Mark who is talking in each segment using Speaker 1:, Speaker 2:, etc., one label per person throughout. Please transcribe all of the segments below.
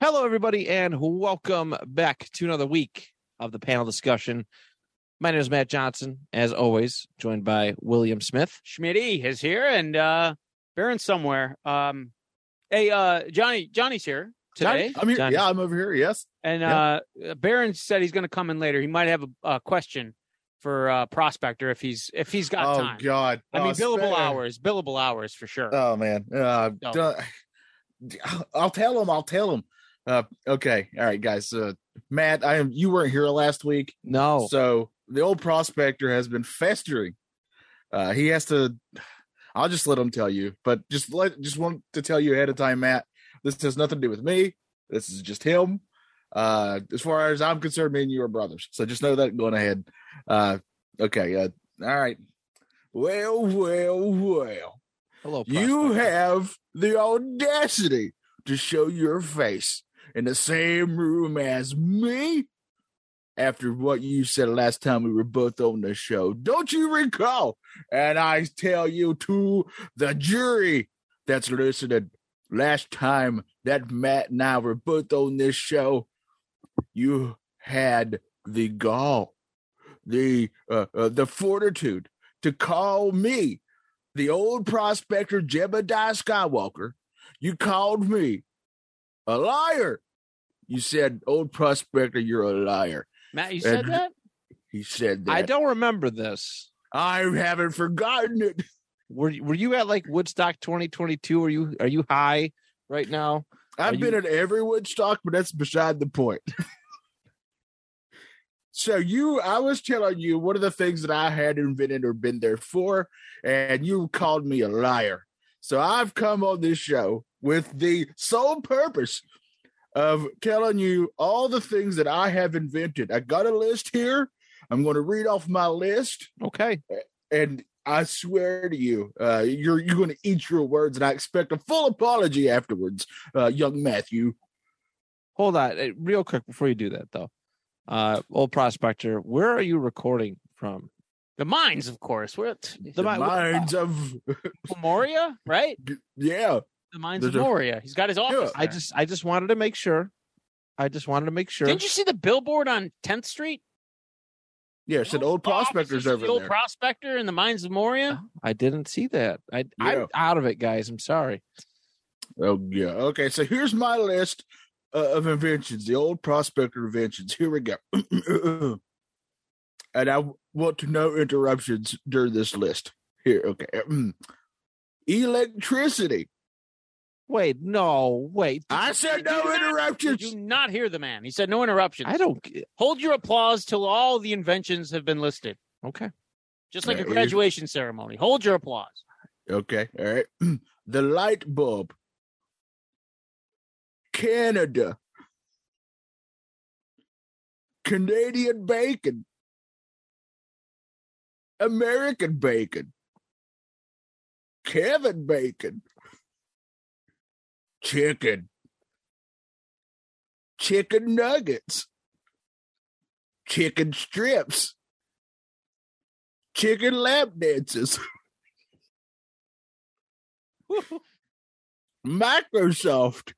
Speaker 1: Hello, everybody, and welcome back to another week of the panel discussion. My name is Matt Johnson, as always, joined by William Smith.
Speaker 2: Schmitty is here and uh Baron's somewhere. Um hey uh Johnny Johnny's here today.
Speaker 3: I'm here.
Speaker 1: Johnny.
Speaker 3: Yeah, I'm over here. Yes.
Speaker 2: And
Speaker 3: Yeah.
Speaker 2: uh Baron said he's gonna come in later. He might have a, a question for uh Prospector if he's if he's got
Speaker 3: oh
Speaker 2: time.
Speaker 3: God.
Speaker 2: I mean
Speaker 3: Oh,
Speaker 2: billable
Speaker 3: spare-
Speaker 2: hours, billable hours for sure.
Speaker 3: Oh man. Uh,
Speaker 2: No.
Speaker 3: duh. I'll tell him. I'll tell him. Uh, okay. All right, guys. Uh, Matt, I am. You weren't here last week,
Speaker 1: No,
Speaker 3: so the old prospector has been festering. Uh, he has to. I'll just let him tell you, but just let just want to tell you ahead of time, Matt. This has nothing to do with me. This is just him. Uh, as far as I'm concerned, me and you are brothers. So just know that going ahead. Uh, okay. Uh, all right. Well, well, well.
Speaker 1: hello.
Speaker 3: You
Speaker 1: prospector.
Speaker 3: have the audacity to show your face in the same room as me after what you said last time we were both on the show. Don't you recall? And I tell you to the jury that's listening, last time that Matt and I were both on this show, you had the gall, the uh, uh, the fortitude to call me the old prospector Jebediah Skywalker, you called me a liar. You said, old prospector, you're a liar.
Speaker 2: Matt, you said
Speaker 3: and-
Speaker 2: that?
Speaker 3: He said that.
Speaker 1: I don't remember this.
Speaker 3: I haven't forgotten it.
Speaker 1: Were you- were you at like Woodstock 2022? Are you are you high right now?
Speaker 3: I've been
Speaker 1: you-
Speaker 3: at every Woodstock, but that's beside the point. so you, I was telling you one of the things that I had invented or been there for, and you called me a liar. So I've come on this show with the sole purpose of telling you all the things that I have invented. I got a list here. I'm going to read off my list
Speaker 1: Okay.
Speaker 3: and I swear to you, uh, you're you're going to eat your words, and I expect a full apology afterwards, uh, young Matthew.
Speaker 1: Hold on, eh, real quick before you do that though. Uh, old prospector, where are you recording from?
Speaker 2: The mines, of course. We're at
Speaker 3: The,
Speaker 1: mi-
Speaker 3: minds of
Speaker 2: Moria, right?
Speaker 3: yeah,
Speaker 2: The mines
Speaker 3: There's
Speaker 2: of
Speaker 3: a-
Speaker 2: Moria. He's got his office.
Speaker 1: I
Speaker 2: there.
Speaker 1: just I just wanted to make sure. I just wanted to make sure.
Speaker 2: didn't you see the billboard on 10th Street?
Speaker 3: yeah. It's an old
Speaker 2: Offices
Speaker 3: prospectors
Speaker 2: of
Speaker 3: over
Speaker 2: the old
Speaker 3: there.
Speaker 2: prospector in the mines of Moria.
Speaker 1: I didn't see that. I
Speaker 3: Yeah.
Speaker 1: I'm out of it, guys. I'm sorry.
Speaker 3: oh yeah. Okay, so here's my list uh, of inventions, the old prospector inventions. Here we go. and I want to no interruptions during this list. Here, okay. Electricity.
Speaker 1: Wait, no, wait.
Speaker 3: I said no
Speaker 2: Did you not-
Speaker 3: interruptions.
Speaker 2: Did you not hear the man? He said no interruptions.
Speaker 1: I don't. g-
Speaker 2: Hold your applause till all the inventions have been listed,
Speaker 1: Okay.
Speaker 2: just like
Speaker 3: Yeah,
Speaker 2: a
Speaker 3: it is-
Speaker 2: graduation ceremony. Hold your applause.
Speaker 3: Okay. All right. The light bulb. Canada. Canadian bacon. American bacon. Kevin bacon. Chicken. Chicken nuggets. Chicken strips. Chicken lap dances. Microsoft,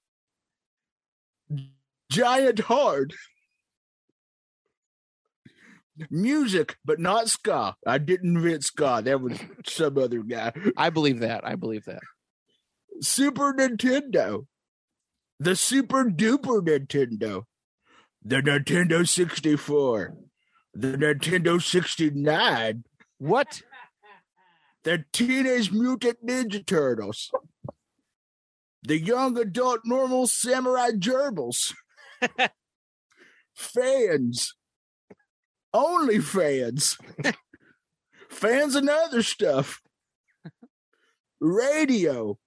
Speaker 3: Giant Hard, music, but not ska. I didn't invent ska. That was some other guy.
Speaker 1: I believe that. I believe that.
Speaker 3: Super Nintendo, the Super Duper Nintendo, the Nintendo 64, the Nintendo 69,
Speaker 1: What?
Speaker 3: the Teenage Mutant Ninja Turtles, the Young Adult Normal Samurai Gerbils, fans, Only fans. fans and other stuff. Radio.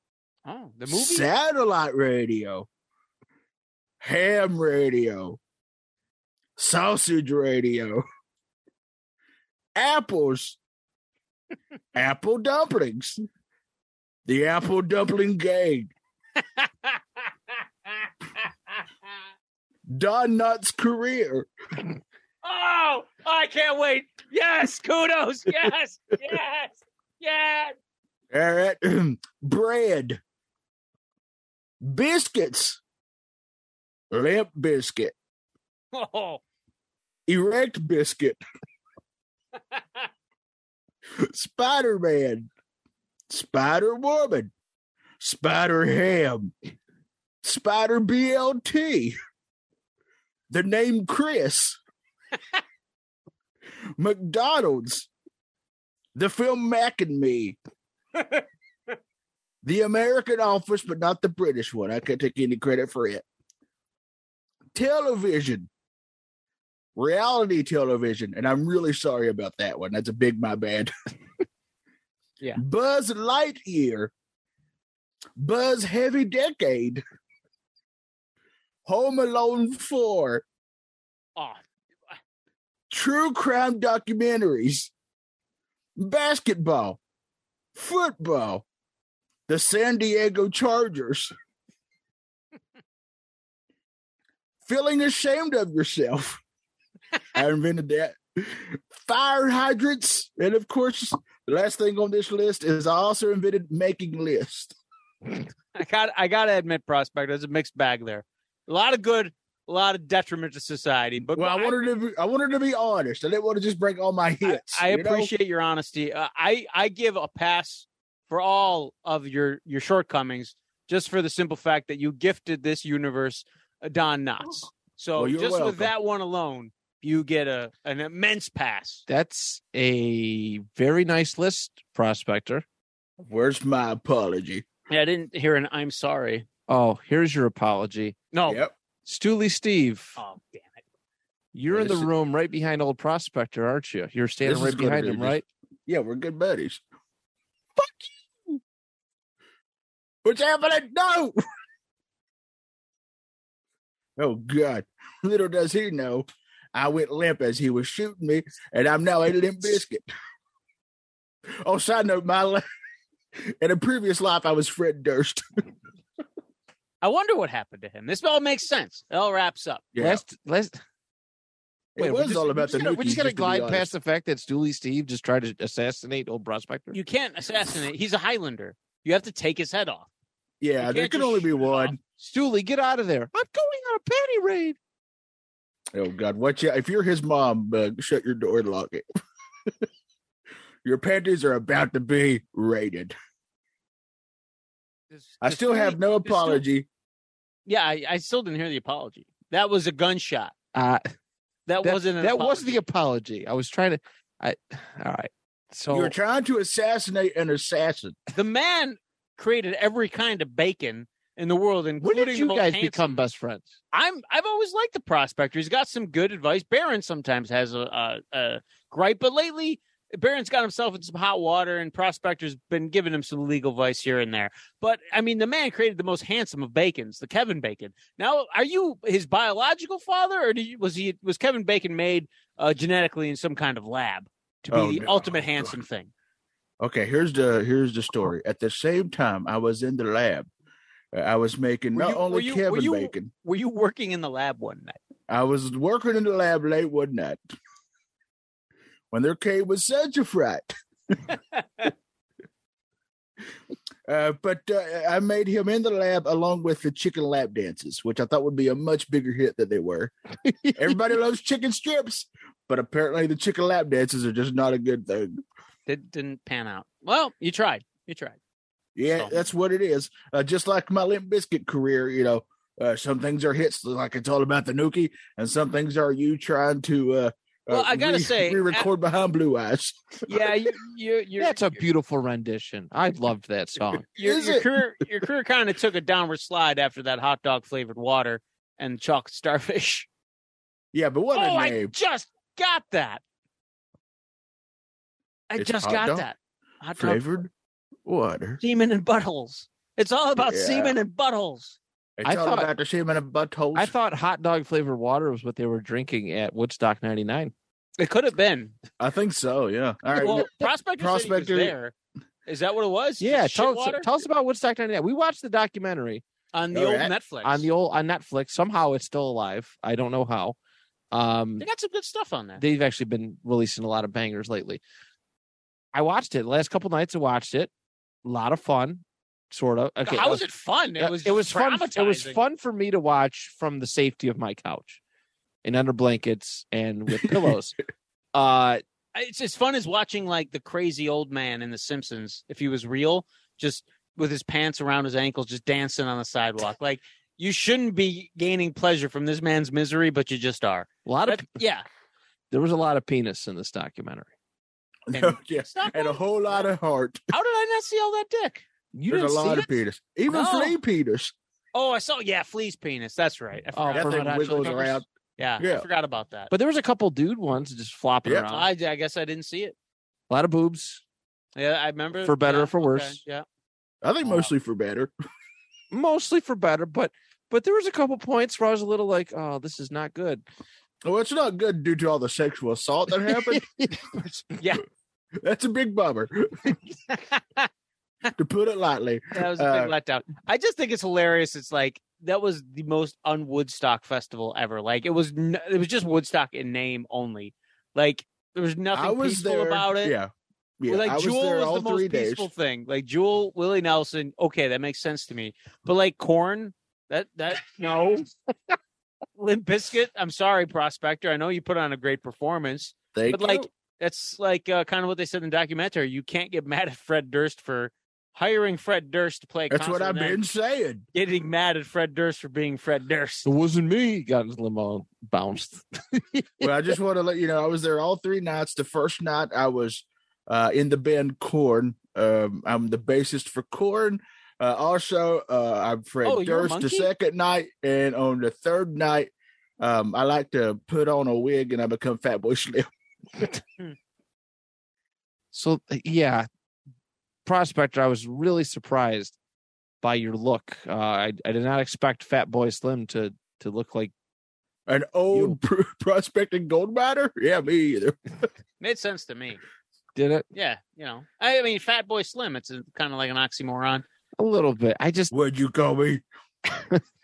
Speaker 2: Oh, the movie.
Speaker 3: Satellite radio. Ham radio. Sausage radio. Apples. apple dumplings. The apple dumpling gang. Don Nutt's career.
Speaker 2: oh, I can't wait. Yes, kudos. Yes, yes, yes.
Speaker 3: All right. er, Bread. Biscuits. Limp biscuit.
Speaker 2: Oh,
Speaker 3: Erect biscuit. Spider Man. Spider Woman. Spider Ham. Spider BLT. The name Chris. McDonald's. The film Mac and Me. the American Office, but not the British one. I can't take any credit for it. Television reality television, and I'm really sorry about that one. That's a big my bad.
Speaker 2: Yeah.
Speaker 3: Buzz Lightyear, Buzz Heavy Decade, Home Alone 4,
Speaker 2: oh,
Speaker 3: True Crime Documentaries, Basketball, Football, The San Diego Chargers. Feeling ashamed of yourself. I invented that. Fire hydrants. And of course, the last thing on this list is I also invented making lists.
Speaker 2: I got. I got to admit, prospect. There's a mixed bag there. A lot of good, a lot of detriment to society. But
Speaker 3: Well, I
Speaker 2: I-
Speaker 3: wanted to be, I wanted to be honest. I didn't want to just break all my
Speaker 2: I,
Speaker 3: hits.
Speaker 2: I
Speaker 3: you know?
Speaker 2: appreciate your honesty. Uh, I I give a pass for all of your your shortcomings, just for the simple fact that you gifted this universe uh, Don Knotts. So
Speaker 3: Oh. Well, you're
Speaker 2: just
Speaker 3: welcome.
Speaker 2: with that one alone, you get a an immense pass.
Speaker 4: That's a very nice list, prospector.
Speaker 3: Where's my apology?
Speaker 2: Yeah, I didn't hear an I'm sorry.
Speaker 4: Oh, here's your apology.
Speaker 2: No.
Speaker 3: Yep.
Speaker 4: Stooley Steve,
Speaker 2: Oh damn it.
Speaker 4: you're in the
Speaker 3: this is-
Speaker 4: room right behind old prospector, aren't you? You're standing
Speaker 3: This
Speaker 4: right
Speaker 3: is gonna
Speaker 4: behind
Speaker 3: be
Speaker 4: him,
Speaker 3: just-
Speaker 4: right?
Speaker 3: Yeah, we're good buddies. Fuck you. What's happening? No. oh God. Little does he know. I went limp as he was shooting me, and I'm now a limp biscuit. oh, side note, my li- in a previous life I was Fred Durst.
Speaker 2: I wonder what happened to him. This all makes sense. It all wraps up.
Speaker 4: Last, last.
Speaker 3: it
Speaker 4: Wait, we're
Speaker 3: was
Speaker 4: just-
Speaker 3: all
Speaker 4: we're
Speaker 3: about
Speaker 4: just
Speaker 3: the
Speaker 4: gonna- We're just
Speaker 3: Nukies,
Speaker 4: gonna
Speaker 3: to be
Speaker 4: glide
Speaker 3: honest.
Speaker 4: past the fact that Stooley Steve just tried to assassinate old prospector.
Speaker 2: You can't assassinate. He's a Highlander. You have to take his head off.
Speaker 3: Yeah,
Speaker 2: You
Speaker 3: there
Speaker 2: can't
Speaker 3: can
Speaker 2: just
Speaker 3: only be
Speaker 2: shoot it off.
Speaker 3: one.
Speaker 4: Stooley, get out of there! I'm going on a panty raid.
Speaker 3: Oh God, watch out! If you're his mom, uh, shut your door and lock it. your panties are about to be raided.
Speaker 2: Does-
Speaker 3: I
Speaker 2: does
Speaker 3: still have
Speaker 2: Stooley- does
Speaker 3: no
Speaker 2: Stooley-
Speaker 3: apology.
Speaker 2: Yeah, I, I still didn't hear the apology. That was a gunshot.
Speaker 4: Uh,
Speaker 2: That,
Speaker 4: that,
Speaker 2: wasn't. An
Speaker 4: that
Speaker 2: apology.
Speaker 4: was the apology. I was trying to. I all right. So
Speaker 2: Oh.
Speaker 3: You're trying to assassinate an assassin.
Speaker 2: the man created every kind of bacon in the world,
Speaker 4: when
Speaker 2: including
Speaker 4: did
Speaker 2: the
Speaker 4: you
Speaker 2: most
Speaker 4: guys
Speaker 2: handsome.
Speaker 4: become best friends?
Speaker 2: I'm I've always liked the prospector. He's got some good advice. Barron sometimes has a, a, a gripe, but lately Barron's got himself in some hot water, and prospector's been giving him some legal advice here and there. But I mean, the man created the most handsome of Bacon's, the Kevin Bacon. Now, are you his biological father, or did you, was he was Kevin Bacon made uh, genetically in some kind of lab to be
Speaker 3: Oh,
Speaker 2: the
Speaker 3: no.
Speaker 2: ultimate handsome thing?
Speaker 3: Okay, here's the here's the story. At the same time, I was in the lab. Uh, I was making
Speaker 2: Were
Speaker 3: not
Speaker 2: you- were
Speaker 3: only
Speaker 2: you- were
Speaker 3: Kevin
Speaker 2: you-
Speaker 3: bacon.
Speaker 2: Were you working in the lab one night?
Speaker 3: I was working in the lab late one night when there came was such a fright. Uh, but uh, I made him in the lab along with the chicken lap dances, which I thought would be a much bigger hit than they were. Everybody loves chicken strips, but apparently the chicken lap dances are just not a good thing.
Speaker 2: That didn't pan out. Well, you tried. You tried.
Speaker 3: Yeah,
Speaker 2: So-
Speaker 3: that's what it is. Uh, just like my Limp Biscuit career, you know, uh, some things are hits like it's all about the nookie, and some things are you trying to. Uh,
Speaker 2: Well,
Speaker 3: uh,
Speaker 2: I gotta
Speaker 3: re-
Speaker 2: say,
Speaker 3: re-record behind blue eyes.
Speaker 2: Yeah, you you you're,
Speaker 4: That's a beautiful rendition. I loved that song.
Speaker 2: your,
Speaker 3: Is
Speaker 2: your
Speaker 3: it?
Speaker 2: career your career kind of took a downward slide after that hot dog flavored water and chalk starfish.
Speaker 3: Yeah, but what
Speaker 2: oh,
Speaker 3: a
Speaker 2: I
Speaker 3: name!
Speaker 2: just got that. I
Speaker 3: It's
Speaker 2: just
Speaker 3: hot
Speaker 2: got
Speaker 3: dog
Speaker 2: that. Hot dog
Speaker 3: Flavored water.
Speaker 2: semen and buttholes. It's all about
Speaker 3: Yeah.
Speaker 2: semen and buttholes.
Speaker 3: It's
Speaker 1: I
Speaker 3: all
Speaker 1: thought-
Speaker 3: about the shaman of buttholes.
Speaker 1: I thought hot dog flavored water was what they were drinking at Woodstock 99.
Speaker 2: It could have been.
Speaker 3: I think so. Yeah. All right.
Speaker 2: well, prospector, said he was
Speaker 3: Prospector-
Speaker 2: there. Is that what it was?
Speaker 1: Yeah,
Speaker 2: Just
Speaker 1: tell
Speaker 2: shit
Speaker 1: us,
Speaker 2: water?
Speaker 1: tell us about Woodstock 99. We watched the documentary
Speaker 2: on the
Speaker 3: All
Speaker 2: old
Speaker 3: right.
Speaker 2: Netflix.
Speaker 1: on the old on Netflix. Somehow it's still alive. I don't know how. Um
Speaker 2: they got some good stuff on there.
Speaker 1: they've actually been releasing a lot of bangers lately. I watched it last couple nights. I watched it. A lot of fun, sort of. Okay,
Speaker 2: How
Speaker 1: uh,
Speaker 2: was it fun?
Speaker 1: uh,
Speaker 2: It was
Speaker 1: it was fun. It was
Speaker 2: traumatizing.
Speaker 1: fun for me to watch from the safety of my couch, and under blankets and with pillows. uh,
Speaker 2: It's as fun as watching like the crazy old man in The Simpsons if he was real, just with his pants around his ankles, just dancing on the sidewalk. like you shouldn't be gaining pleasure from this man's misery, but you just are.
Speaker 1: a lot of
Speaker 2: That- yeah,
Speaker 1: there was a lot of penis in this documentary.
Speaker 3: No, Oh, yeah.
Speaker 2: stop.
Speaker 3: And a whole lot of heart.
Speaker 2: How did I not see all that dick?
Speaker 1: You
Speaker 3: There's a
Speaker 1: didn't
Speaker 3: lot
Speaker 1: see
Speaker 3: of Peters. Even
Speaker 2: No.
Speaker 3: Flea Peters.
Speaker 2: Oh, I saw. Yeah, Flea's penis. That's right. I
Speaker 1: Oh,
Speaker 2: forgot.
Speaker 1: for
Speaker 3: That
Speaker 1: Hot
Speaker 3: thing
Speaker 1: Hot
Speaker 3: wiggles
Speaker 1: Chili Peppers?
Speaker 3: around.
Speaker 2: yeah,
Speaker 3: yeah.
Speaker 2: I forgot about that.
Speaker 1: but there was a couple dude ones just flopping
Speaker 3: Yeah.
Speaker 1: around.
Speaker 2: I, I guess I didn't see it.
Speaker 1: a lot of boobs,
Speaker 2: Yeah, I remember.
Speaker 1: For better
Speaker 2: yeah,
Speaker 1: or for
Speaker 2: okay,
Speaker 1: worse.
Speaker 2: Yeah.
Speaker 3: I think
Speaker 1: Wow.
Speaker 3: mostly for better.
Speaker 1: mostly for better, but but there was a couple points where I was a little like, oh, this is not good.
Speaker 3: Well, it's not good due to all the sexual assault that happened.
Speaker 2: Yeah.
Speaker 3: That's a big bummer, to put it lightly.
Speaker 2: that was a big
Speaker 3: Uh,
Speaker 2: letdown. I just think it's hilarious. It's like that was the most unwoodstock festival ever. Like it was n it was just Woodstock in name only. Like there was nothing
Speaker 3: I was
Speaker 2: peaceful
Speaker 3: there
Speaker 2: about it.
Speaker 3: Yeah. Yeah,
Speaker 2: like
Speaker 3: I was
Speaker 2: Jewel
Speaker 3: there
Speaker 2: was
Speaker 3: all
Speaker 2: the
Speaker 3: three
Speaker 2: most
Speaker 3: days.
Speaker 2: peaceful thing. Like Jewel, Willie Nelson, okay, that makes sense to me. But like Corn, that that no. Limp Biscuit, I'm sorry, Prospector. I know you put on a great performance,
Speaker 3: Thank
Speaker 2: but like
Speaker 3: you.
Speaker 2: that's like uh, kind of what they said in the documentary. You can't get mad at Fred Durst for hiring Fred Durst to play. a
Speaker 3: that's what
Speaker 2: concert
Speaker 3: I've
Speaker 2: and then
Speaker 3: been saying.
Speaker 2: Getting mad at Fred Durst for being Fred Durst.
Speaker 1: It wasn't me. He Got his limo bounced.
Speaker 3: well, I just want to let you know I was there all three nights. The first night I was uh, in the band Corn. Um, I'm the bassist for Corn. Uh, also, uh, I'm Fred
Speaker 2: Oh, you're a
Speaker 3: Durst the
Speaker 2: monkey?
Speaker 3: second night, and on the third night, um, I like to put on a wig and I become Fatboy Slim.
Speaker 1: So uh, yeah, prospector, I was really surprised by your look. Uh, I I did not expect Fat Boy Slim to to look like
Speaker 3: An old pr- prospecting gold miner? Yeah, me either.
Speaker 2: Made sense to me.
Speaker 1: did it
Speaker 2: Yeah, you know, I mean, Fat Boy Slim. It's kind of like an oxymoron.
Speaker 1: a little bit. I just
Speaker 3: Would you call me?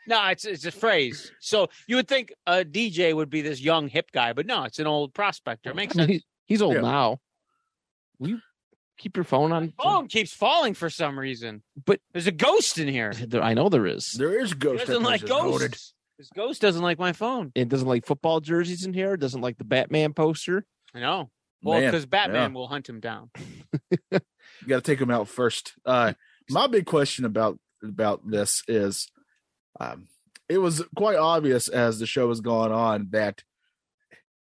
Speaker 2: No, it's it's a phrase. So you would think a DJ would be this young hip guy, but no, it's an old prospector. It makes
Speaker 1: I mean,
Speaker 2: sense.
Speaker 1: he's, he's old
Speaker 3: Yeah.
Speaker 1: now. Will you keep your phone on?
Speaker 2: Phone keeps falling for some reason.
Speaker 1: But-
Speaker 2: there's a ghost in here.
Speaker 1: There- I know there is.
Speaker 3: There is
Speaker 2: He
Speaker 3: ghost.
Speaker 2: doesn't
Speaker 3: that
Speaker 2: like
Speaker 3: comes as loaded.
Speaker 2: ghosts. This ghost doesn't like my phone.
Speaker 1: It doesn't like football jerseys in here. It doesn't like the Batman poster.
Speaker 2: I know. Well,
Speaker 3: Man,
Speaker 2: because Batman will hunt him down.
Speaker 3: you got to take them out first. Uh, my big question about about this is, um, it was quite obvious as the show was going on that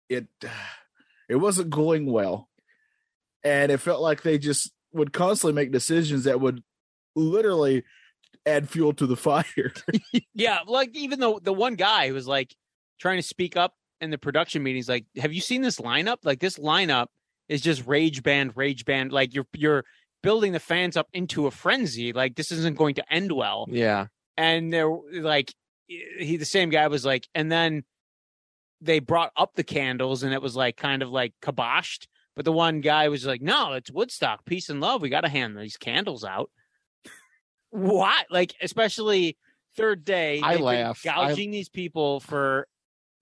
Speaker 3: it it wasn't going well, and it felt like they just would constantly make decisions that would literally add fuel to the fire.
Speaker 2: Yeah, like even though the one guy who was like trying to speak up in the production meetings, like, have you seen this lineup? Like this lineup is just rage band, rage band. Like you're you're building the fans up into a frenzy. Like this isn't going to end well.
Speaker 1: Yeah.
Speaker 2: And they're like e, he the same guy was like, and then they brought up the candles and it was like kind of like kiboshed. But the one guy was like, No, it's Woodstock, peace and love. We gotta hand these candles out. what? Like, especially third day.
Speaker 1: I
Speaker 2: they've been
Speaker 1: laugh. I-
Speaker 2: Gouging these people for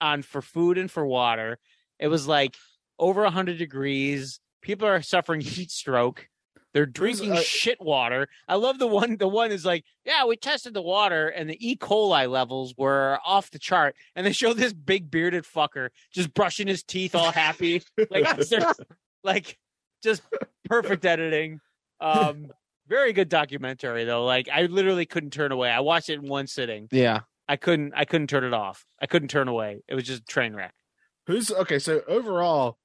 Speaker 2: on for food and for water. It was like over hundred degrees. People are suffering heat stroke. They're drinking
Speaker 3: uh,
Speaker 2: shit water. I love the one. The one is like, yeah, we tested the water and the E. coli levels were off the chart. And they show this big bearded fucker just brushing his teeth, all happy, like they're- like just perfect editing. Um, very good documentary though. Like I literally couldn't turn away. I watched it in one sitting.
Speaker 1: Yeah.
Speaker 2: I couldn't. I couldn't turn it off. I couldn't turn away. It was just a train wreck.
Speaker 3: Who's okay? So overall.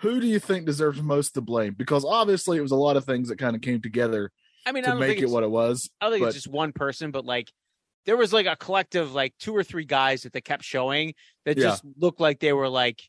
Speaker 3: Who do you think deserves most the blame? Because obviously it was a lot of things that kind of came together
Speaker 2: I mean, I
Speaker 3: to
Speaker 2: don't
Speaker 3: make
Speaker 2: think
Speaker 3: it
Speaker 2: it's,
Speaker 3: what it was.
Speaker 2: I don't think
Speaker 3: but-
Speaker 2: it's just one person, but like there was like a collective, like two or three guys that they kept showing that
Speaker 3: Yeah.
Speaker 2: just looked like they were like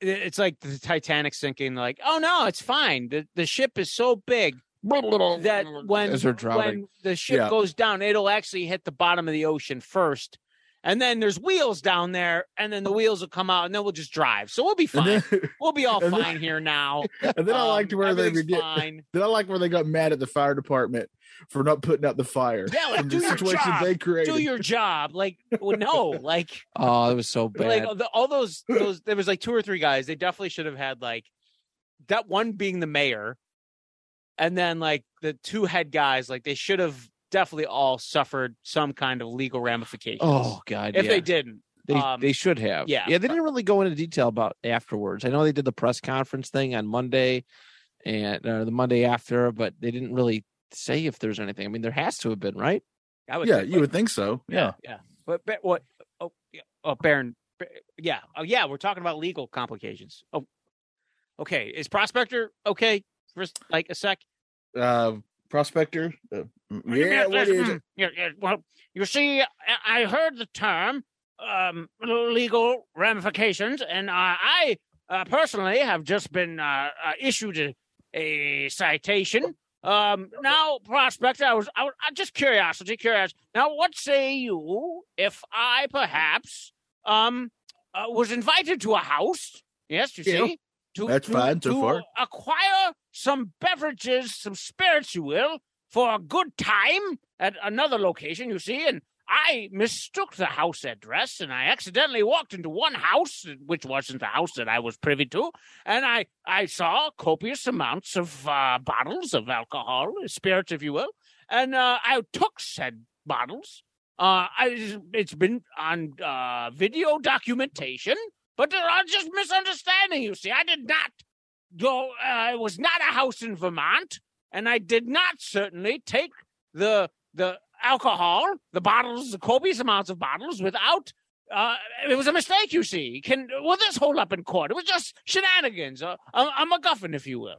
Speaker 2: it- it's like the Titanic sinking. Like, oh no, it's fine. The the ship is so big
Speaker 1: Oh,
Speaker 2: that when
Speaker 1: As they're drowning.
Speaker 2: when the ship
Speaker 3: Yeah.
Speaker 2: goes down, it'll actually hit the bottom of the ocean first. And then there's wheels down there, and then the wheels will come out, and then we'll just drive. So we'll be
Speaker 3: And
Speaker 2: fine.
Speaker 3: then,
Speaker 2: we'll be all
Speaker 3: and then-
Speaker 2: fine here now.
Speaker 3: and then I
Speaker 2: Um,
Speaker 3: liked where they were
Speaker 2: everything's
Speaker 3: get,
Speaker 2: fine.
Speaker 3: then I like where they got mad at the fire department for not putting out the fire.
Speaker 2: Yeah, like
Speaker 3: from the
Speaker 2: do your
Speaker 3: situation
Speaker 2: job.
Speaker 3: they created.
Speaker 2: Do your job. Like well, no, like
Speaker 1: Oh, it was so bad.
Speaker 2: Like the, all those, those there was like two or three guys. They definitely should have had like that one being the mayor, and then like the two head guys. Like they should have definitely all suffered some kind of legal ramifications.
Speaker 1: oh God.
Speaker 2: if
Speaker 1: yeah.
Speaker 2: they didn't,
Speaker 1: They,
Speaker 2: Um,
Speaker 1: they should have.
Speaker 2: yeah.
Speaker 1: Yeah. They didn't really go into detail about afterwards. I know they did the press conference thing on Monday and uh, the Monday after, but they didn't really say if there's anything. I mean, there has to have been, right?
Speaker 2: I would.
Speaker 3: yeah,
Speaker 2: think,
Speaker 3: you would think so. Yeah.
Speaker 2: But, but what? Oh, yeah, oh, Baron. Ba- Yeah. Oh, yeah. We're talking about legal complications. Oh, okay. Is Prospector okay for s- like a sec?
Speaker 3: Uh, prospector. Uh, yeah, what is it?
Speaker 2: mm, Yeah, yeah, well, you see, I- I heard the term um, legal ramifications, and uh, I uh, personally have just been uh, uh, issued a, a citation. Um, now, prospector, I was, I was I just curiosity, curious. Now, what say you if I perhaps um uh, was invited to a house? Yes, you
Speaker 3: Yeah.
Speaker 2: see, to,
Speaker 3: That's
Speaker 2: to-
Speaker 3: fine so
Speaker 2: to
Speaker 3: far.
Speaker 2: Acquire some beverages, some spirits, you will, for a good time at another location, you see. And I mistook the house address and I accidentally walked into one house, which wasn't the house that I was privy to. And I, I saw copious amounts of uh, bottles of alcohol, spirits, if you will. And uh, I took said bottles. Uh, I, it's been on uh, video documentation, but there are just misunderstanding, you see. I did not go, uh, it was not a house in Vermont, and I did not certainly take the the alcohol, the bottles, the copious amounts of bottles without. Uh, it was a mistake, you see. Can will this hold up in court? It was just shenanigans, a, a, a MacGuffin, if you will.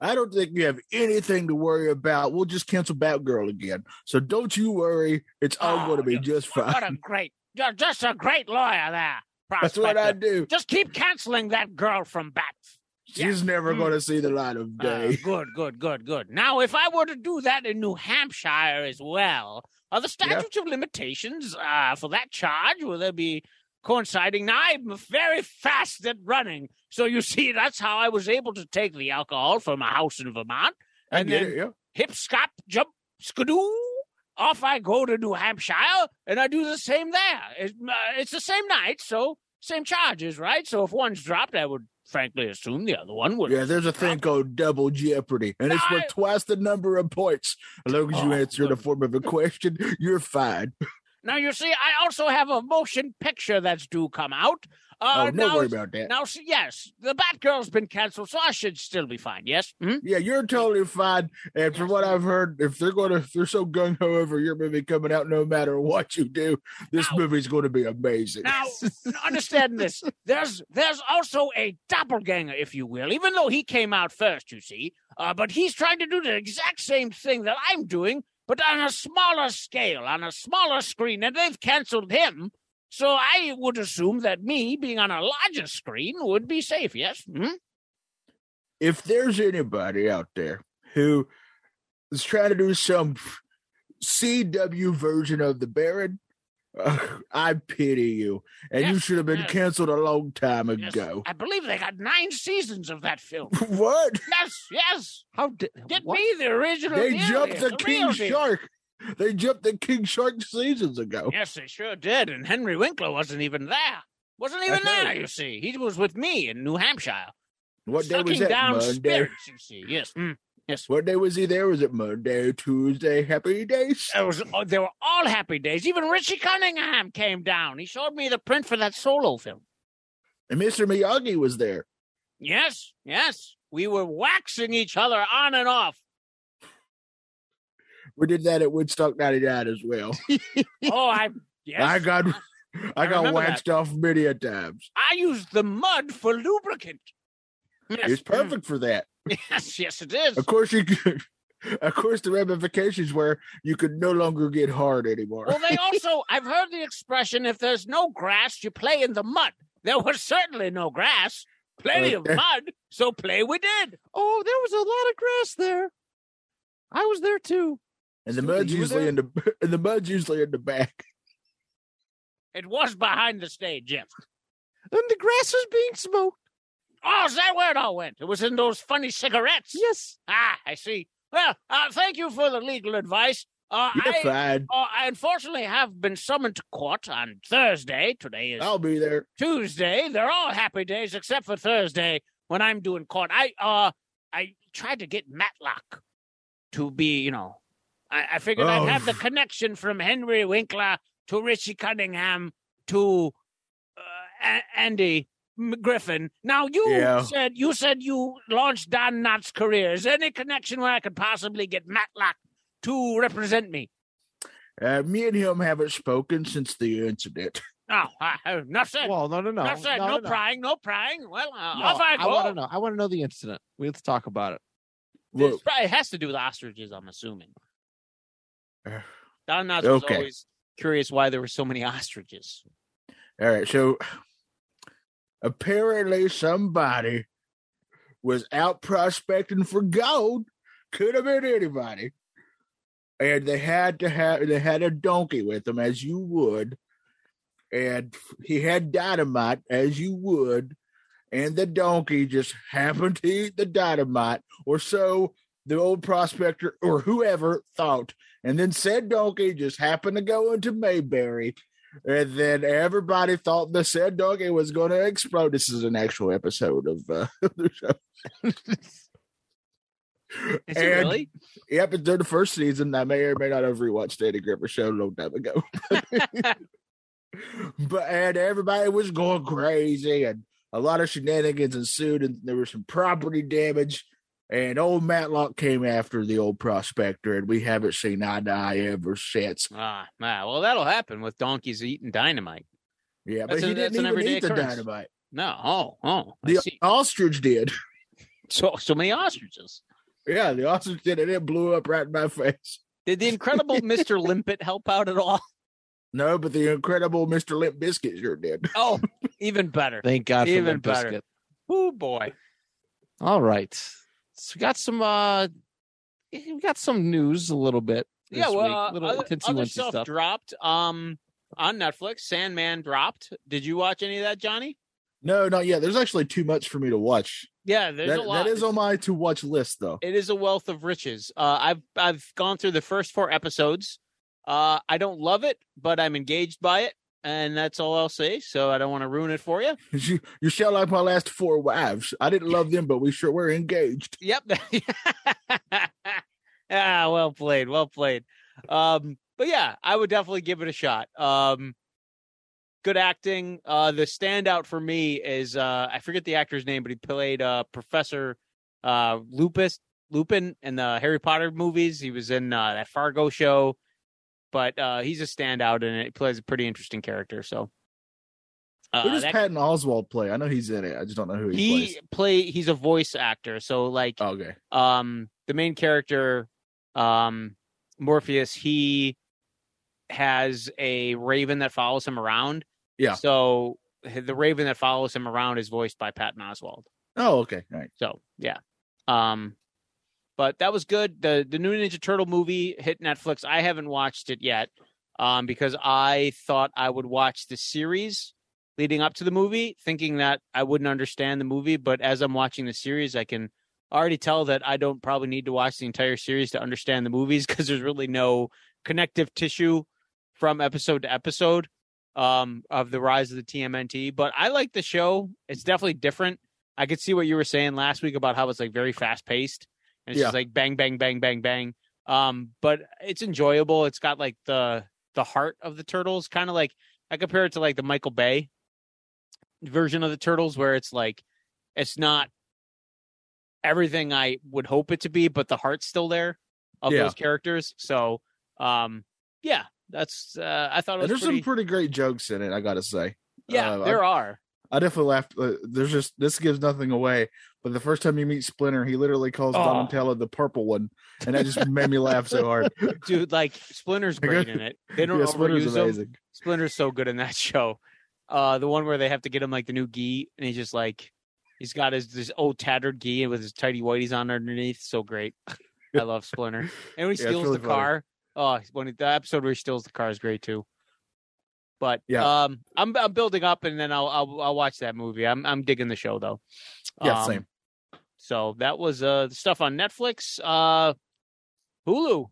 Speaker 3: I don't think you have anything to worry about. We'll just cancel Batgirl again. So don't you worry. It's all
Speaker 2: Oh,
Speaker 3: going to be
Speaker 2: yeah.
Speaker 3: just
Speaker 2: What a
Speaker 3: fine.
Speaker 2: great, ju- just a great lawyer there.
Speaker 3: That's what I
Speaker 2: prospector.
Speaker 3: do.
Speaker 2: Just keep canceling that girl from bat. Yeah.
Speaker 3: She's never
Speaker 2: Mm.
Speaker 3: going to see the light of
Speaker 2: Uh,
Speaker 3: day.
Speaker 2: good, good, good, good. Now, if I were to do that in New Hampshire as well, are the
Speaker 3: Yeah.
Speaker 2: statutes of limitations uh, for that charge will they be coinciding? Now, I'm very fast at running, so you see, that's how I was able to take the alcohol from a house in Vermont.
Speaker 3: I
Speaker 2: and
Speaker 3: get
Speaker 2: then-
Speaker 3: it. Yeah.
Speaker 2: Hip, scop, jump, skidoo. Off I go to New Hampshire, and I do the same there. It, uh, it's the same night, so same charges, right? So if one's dropped, I would frankly assume the other one would.
Speaker 3: Yeah, there's a thing called double jeopardy, and it's worth
Speaker 2: I-
Speaker 3: twice the number of points. As long as you
Speaker 2: Oh,
Speaker 3: answer in the
Speaker 2: good.
Speaker 3: form of a question, you're fine.
Speaker 2: Now you see, I also have a motion picture that's due come out. Uh,
Speaker 3: oh, no
Speaker 2: now,
Speaker 3: worry about that.
Speaker 2: now, see, yes, the Batgirl's been canceled, so I should still be fine. Yes. Hmm?
Speaker 3: Yeah, you're totally fine. And from what I've heard, if they're going to, if they're so gung ho over your movie coming out, no matter what you do, this
Speaker 2: Now-
Speaker 3: movie's going to be amazing.
Speaker 2: Now, understand this. There's there's also a doppelganger, if you will, even though he came out first, you see. Uh, but he's trying to do the exact same thing that I'm doing, but on a smaller scale, on a smaller screen, and they've canceled him. So I would assume that me being on a larger screen would be safe. Yes. Hmm?
Speaker 3: if there's anybody out there who is trying to do some CW version of the Baron, uh, I pity you, and you
Speaker 2: Yes,
Speaker 3: should have been
Speaker 2: yes.
Speaker 3: canceled a long time
Speaker 2: Yes,
Speaker 3: ago.
Speaker 2: I believe they got nine seasons of that film.
Speaker 3: What?
Speaker 2: yes, yes.
Speaker 1: How did
Speaker 2: Get
Speaker 1: what?
Speaker 2: me the original.
Speaker 3: They
Speaker 2: deal
Speaker 3: jumped
Speaker 2: here,
Speaker 3: the
Speaker 2: real
Speaker 3: King
Speaker 2: deal.
Speaker 3: Shark. They jumped the King Shark seasons ago.
Speaker 2: Yes, they sure did. And Henry Winkler wasn't even there. Wasn't even
Speaker 3: know.
Speaker 2: there, you see. He was with me in New Hampshire.
Speaker 3: What day was
Speaker 2: sucking
Speaker 3: that?
Speaker 2: down
Speaker 3: Monday.
Speaker 2: spirits, you see. Yes. Mm. Yes.
Speaker 3: What day was he there? Was it Monday, Tuesday, Happy Days?
Speaker 2: It was, oh, they were all happy days. Even Richie Cunningham came down. He showed me the print for that solo film.
Speaker 3: And Mr. Miyagi was there.
Speaker 2: Yes, yes. We were waxing each other on and off.
Speaker 3: We did that at Woodstock '99 as well.
Speaker 2: Oh, I. Yes.
Speaker 3: I got, I,
Speaker 2: I
Speaker 3: got
Speaker 2: remember that.
Speaker 3: waxed off many a times.
Speaker 2: I used the mud for lubricant. Yes. Mm,
Speaker 3: It's perfect for that.
Speaker 2: Yes, yes, it is.
Speaker 3: Of course, you could. Of course, the ramifications where you could no longer get hard anymore.
Speaker 2: Well, they also, I've heard the expression if there's no grass, you play in the mud. There was certainly no grass. plenty
Speaker 3: Okay.
Speaker 2: of mud, so play we did.
Speaker 1: Oh, there was a lot of grass there. I was there too.
Speaker 3: And the
Speaker 1: Stupid,
Speaker 3: mud's
Speaker 1: you were
Speaker 3: usually
Speaker 1: there?
Speaker 3: in the and the mud's usually in the back.
Speaker 2: It was behind the stage, yes.
Speaker 1: And the grass was being smoked.
Speaker 2: Oh, is that where it all went? It was in those funny cigarettes.
Speaker 1: Yes.
Speaker 2: Ah, I see. Well, uh, thank you for the legal advice. Uh,
Speaker 3: You're
Speaker 2: I,
Speaker 3: fine.
Speaker 2: uh, I unfortunately have been summoned to court on Thursday. Today is
Speaker 3: I'll be there.
Speaker 2: Tuesday. They're all happy days except for Thursday when I'm doing court. I uh I tried to get Matlock to be, you know, I, I figured
Speaker 3: Oh.
Speaker 2: I'd have the connection from Henry Winkler to Richie Cunningham to uh, A- Andy M- Griffin. Now you
Speaker 3: Yeah.
Speaker 2: said you said you launched Don Knott's career. Is there any connection where I could possibly get Matlock to represent me?
Speaker 3: Uh, me and him haven't spoken since the incident.
Speaker 2: No, uh, enough said.
Speaker 1: Well, no, no, no.
Speaker 2: enough said. No, prying, no prying. Well, uh,
Speaker 1: No,
Speaker 2: off I go.
Speaker 1: want to know. I want to know the incident. Let's talk about it.
Speaker 2: This
Speaker 3: Look,
Speaker 2: probably has to do with ostriches, I'm assuming.
Speaker 3: Uh,
Speaker 2: Don Knotts was
Speaker 3: okay.
Speaker 2: always curious why there were so many ostriches.
Speaker 3: all right. So apparently somebody was out prospecting for gold. Could have been anybody. And they had to have they had a donkey with them, as you would. And he had dynamite, as you would. And the donkey just happened to eat the dynamite, or so the old prospector or whoever thought. And then said donkey just happened to go into Mayberry. And then everybody thought the said donkey was going to explode. This is an actual episode of uh, the show.
Speaker 2: Is it
Speaker 3: And-
Speaker 2: really?
Speaker 3: Yep, it's during the first season. I may or may not have rewatched Danny Gripper show a long time ago. but and everybody was going crazy and a lot of shenanigans ensued and there was some property damage. And old Matlock came after the old prospector, and we haven't seen eye to eye ever since.
Speaker 2: Ah, nah, well, that'll happen with donkeys eating dynamite.
Speaker 3: Yeah,
Speaker 2: That's
Speaker 3: but he
Speaker 2: an- that's
Speaker 3: didn't
Speaker 2: an
Speaker 3: even
Speaker 2: everyday
Speaker 3: eat the
Speaker 2: occurrence.
Speaker 3: dynamite.
Speaker 2: No, oh, oh, I
Speaker 3: The
Speaker 2: see.
Speaker 3: ostrich did.
Speaker 2: So, so many ostriches.
Speaker 3: Yeah, the ostrich did, and it blew up right in my face.
Speaker 2: Did the incredible Mr. Limpet help out at all?
Speaker 3: No, but the incredible Mr. Limp Biscuit sure did.
Speaker 2: Oh, even better.
Speaker 1: Thank God for
Speaker 2: Even
Speaker 1: Limp
Speaker 2: better.
Speaker 1: Bizkit.
Speaker 2: Oh boy.
Speaker 1: All right. So we got some uh we got some news a little bit. This
Speaker 2: Yeah, well,
Speaker 1: week.
Speaker 2: uh,
Speaker 1: little
Speaker 2: other,
Speaker 1: tinsy
Speaker 2: other
Speaker 1: wincy
Speaker 2: stuff,
Speaker 1: stuff.
Speaker 2: dropped um on Netflix. Sandman dropped. Did you watch any of that, Johnny?
Speaker 3: No, not yet. There's actually too much for me to watch.
Speaker 2: Yeah, there's
Speaker 3: That,
Speaker 2: a lot.
Speaker 3: that is on my to watch list, though.
Speaker 2: it is a wealth of riches. Uh, I've I've gone through the first four episodes. Uh, I don't love it, but I'm engaged by it, and that's all I'll say. So I don't want to ruin it for you.
Speaker 3: You, you shall like my last four wives. I didn't love them, but we sure were engaged.
Speaker 2: Yep. ah, well played, well played. Um, but yeah, I would definitely give it a shot. Um, good acting. Uh, the standout for me is uh, I forget the actor's name, but he played uh, Professor uh, Lupus Lupin in the Harry Potter movies. He was in uh, that Fargo show, but uh, he's a standout in it. He plays a pretty interesting character. So.
Speaker 3: Who
Speaker 2: Uh,
Speaker 3: does
Speaker 2: that-
Speaker 3: Patton Oswald play? I know he's in it. I just don't know who he,
Speaker 2: he play he's a voice actor, so like
Speaker 3: plays. Okay.
Speaker 2: um the main character um morpheus he has a raven that follows him around
Speaker 3: Yeah.
Speaker 2: so the raven that follows him around is voiced by patton oswald
Speaker 3: Oh, okay. All right.
Speaker 2: so yeah um but that was good the the new ninja turtle movie hit netflix i haven't watched it yet um because i thought i would watch the series leading up to the movie thinking that i wouldn't understand the movie but as i'm watching the series i can already tell that i don't probably need to watch the entire series to understand the movies because there's really no connective tissue from episode to episode um of the rise of the tmnt but i like the show it's definitely different I could see what you were saying last week about how it's like very fast paced and it's
Speaker 3: Yeah.
Speaker 2: just like bang, bang, bang, bang, bang. Um, but it's enjoyable. It's got like the the heart of the turtles, kind of like I compare it to like the Michael Bay version of the turtles, where it's like it's not everything I would hope it to be, but the heart's still there of
Speaker 3: Yeah.
Speaker 2: those characters. So, um, yeah, that's uh, I thought it
Speaker 3: And
Speaker 2: was
Speaker 3: there's
Speaker 2: pretty,
Speaker 3: some pretty great jokes in it, I got to say.
Speaker 2: yeah,
Speaker 3: uh, I-
Speaker 2: there are.
Speaker 3: I definitely laughed. Uh, there's just, this gives nothing away. But the first time you meet Splinter, he literally calls
Speaker 2: Oh.
Speaker 3: Donatello the purple one. And that just made me laugh so hard.
Speaker 2: Dude, like Splinter's great in it. They don't
Speaker 3: Yeah,
Speaker 2: overuse
Speaker 3: Splinter's
Speaker 2: him.
Speaker 3: amazing.
Speaker 2: Splinter's so good in that show. Uh, the one where they have to get him like the new gi, and he's just like, He's got his this old tattered gi with his tidy whities on underneath. So great. I love Splinter. And when he
Speaker 3: Yeah, it's
Speaker 2: steals
Speaker 3: really
Speaker 2: the
Speaker 3: funny.
Speaker 2: car. Oh, when he, the episode where he steals the car is great too. But
Speaker 3: Yeah.
Speaker 2: um, I'm I'm building up, and then I'll I'll, I'll watch that movie. I'm I'm digging the show though.
Speaker 3: Yeah,
Speaker 2: Um,
Speaker 3: same.
Speaker 2: So that was uh the stuff on Netflix. Uh Hulu.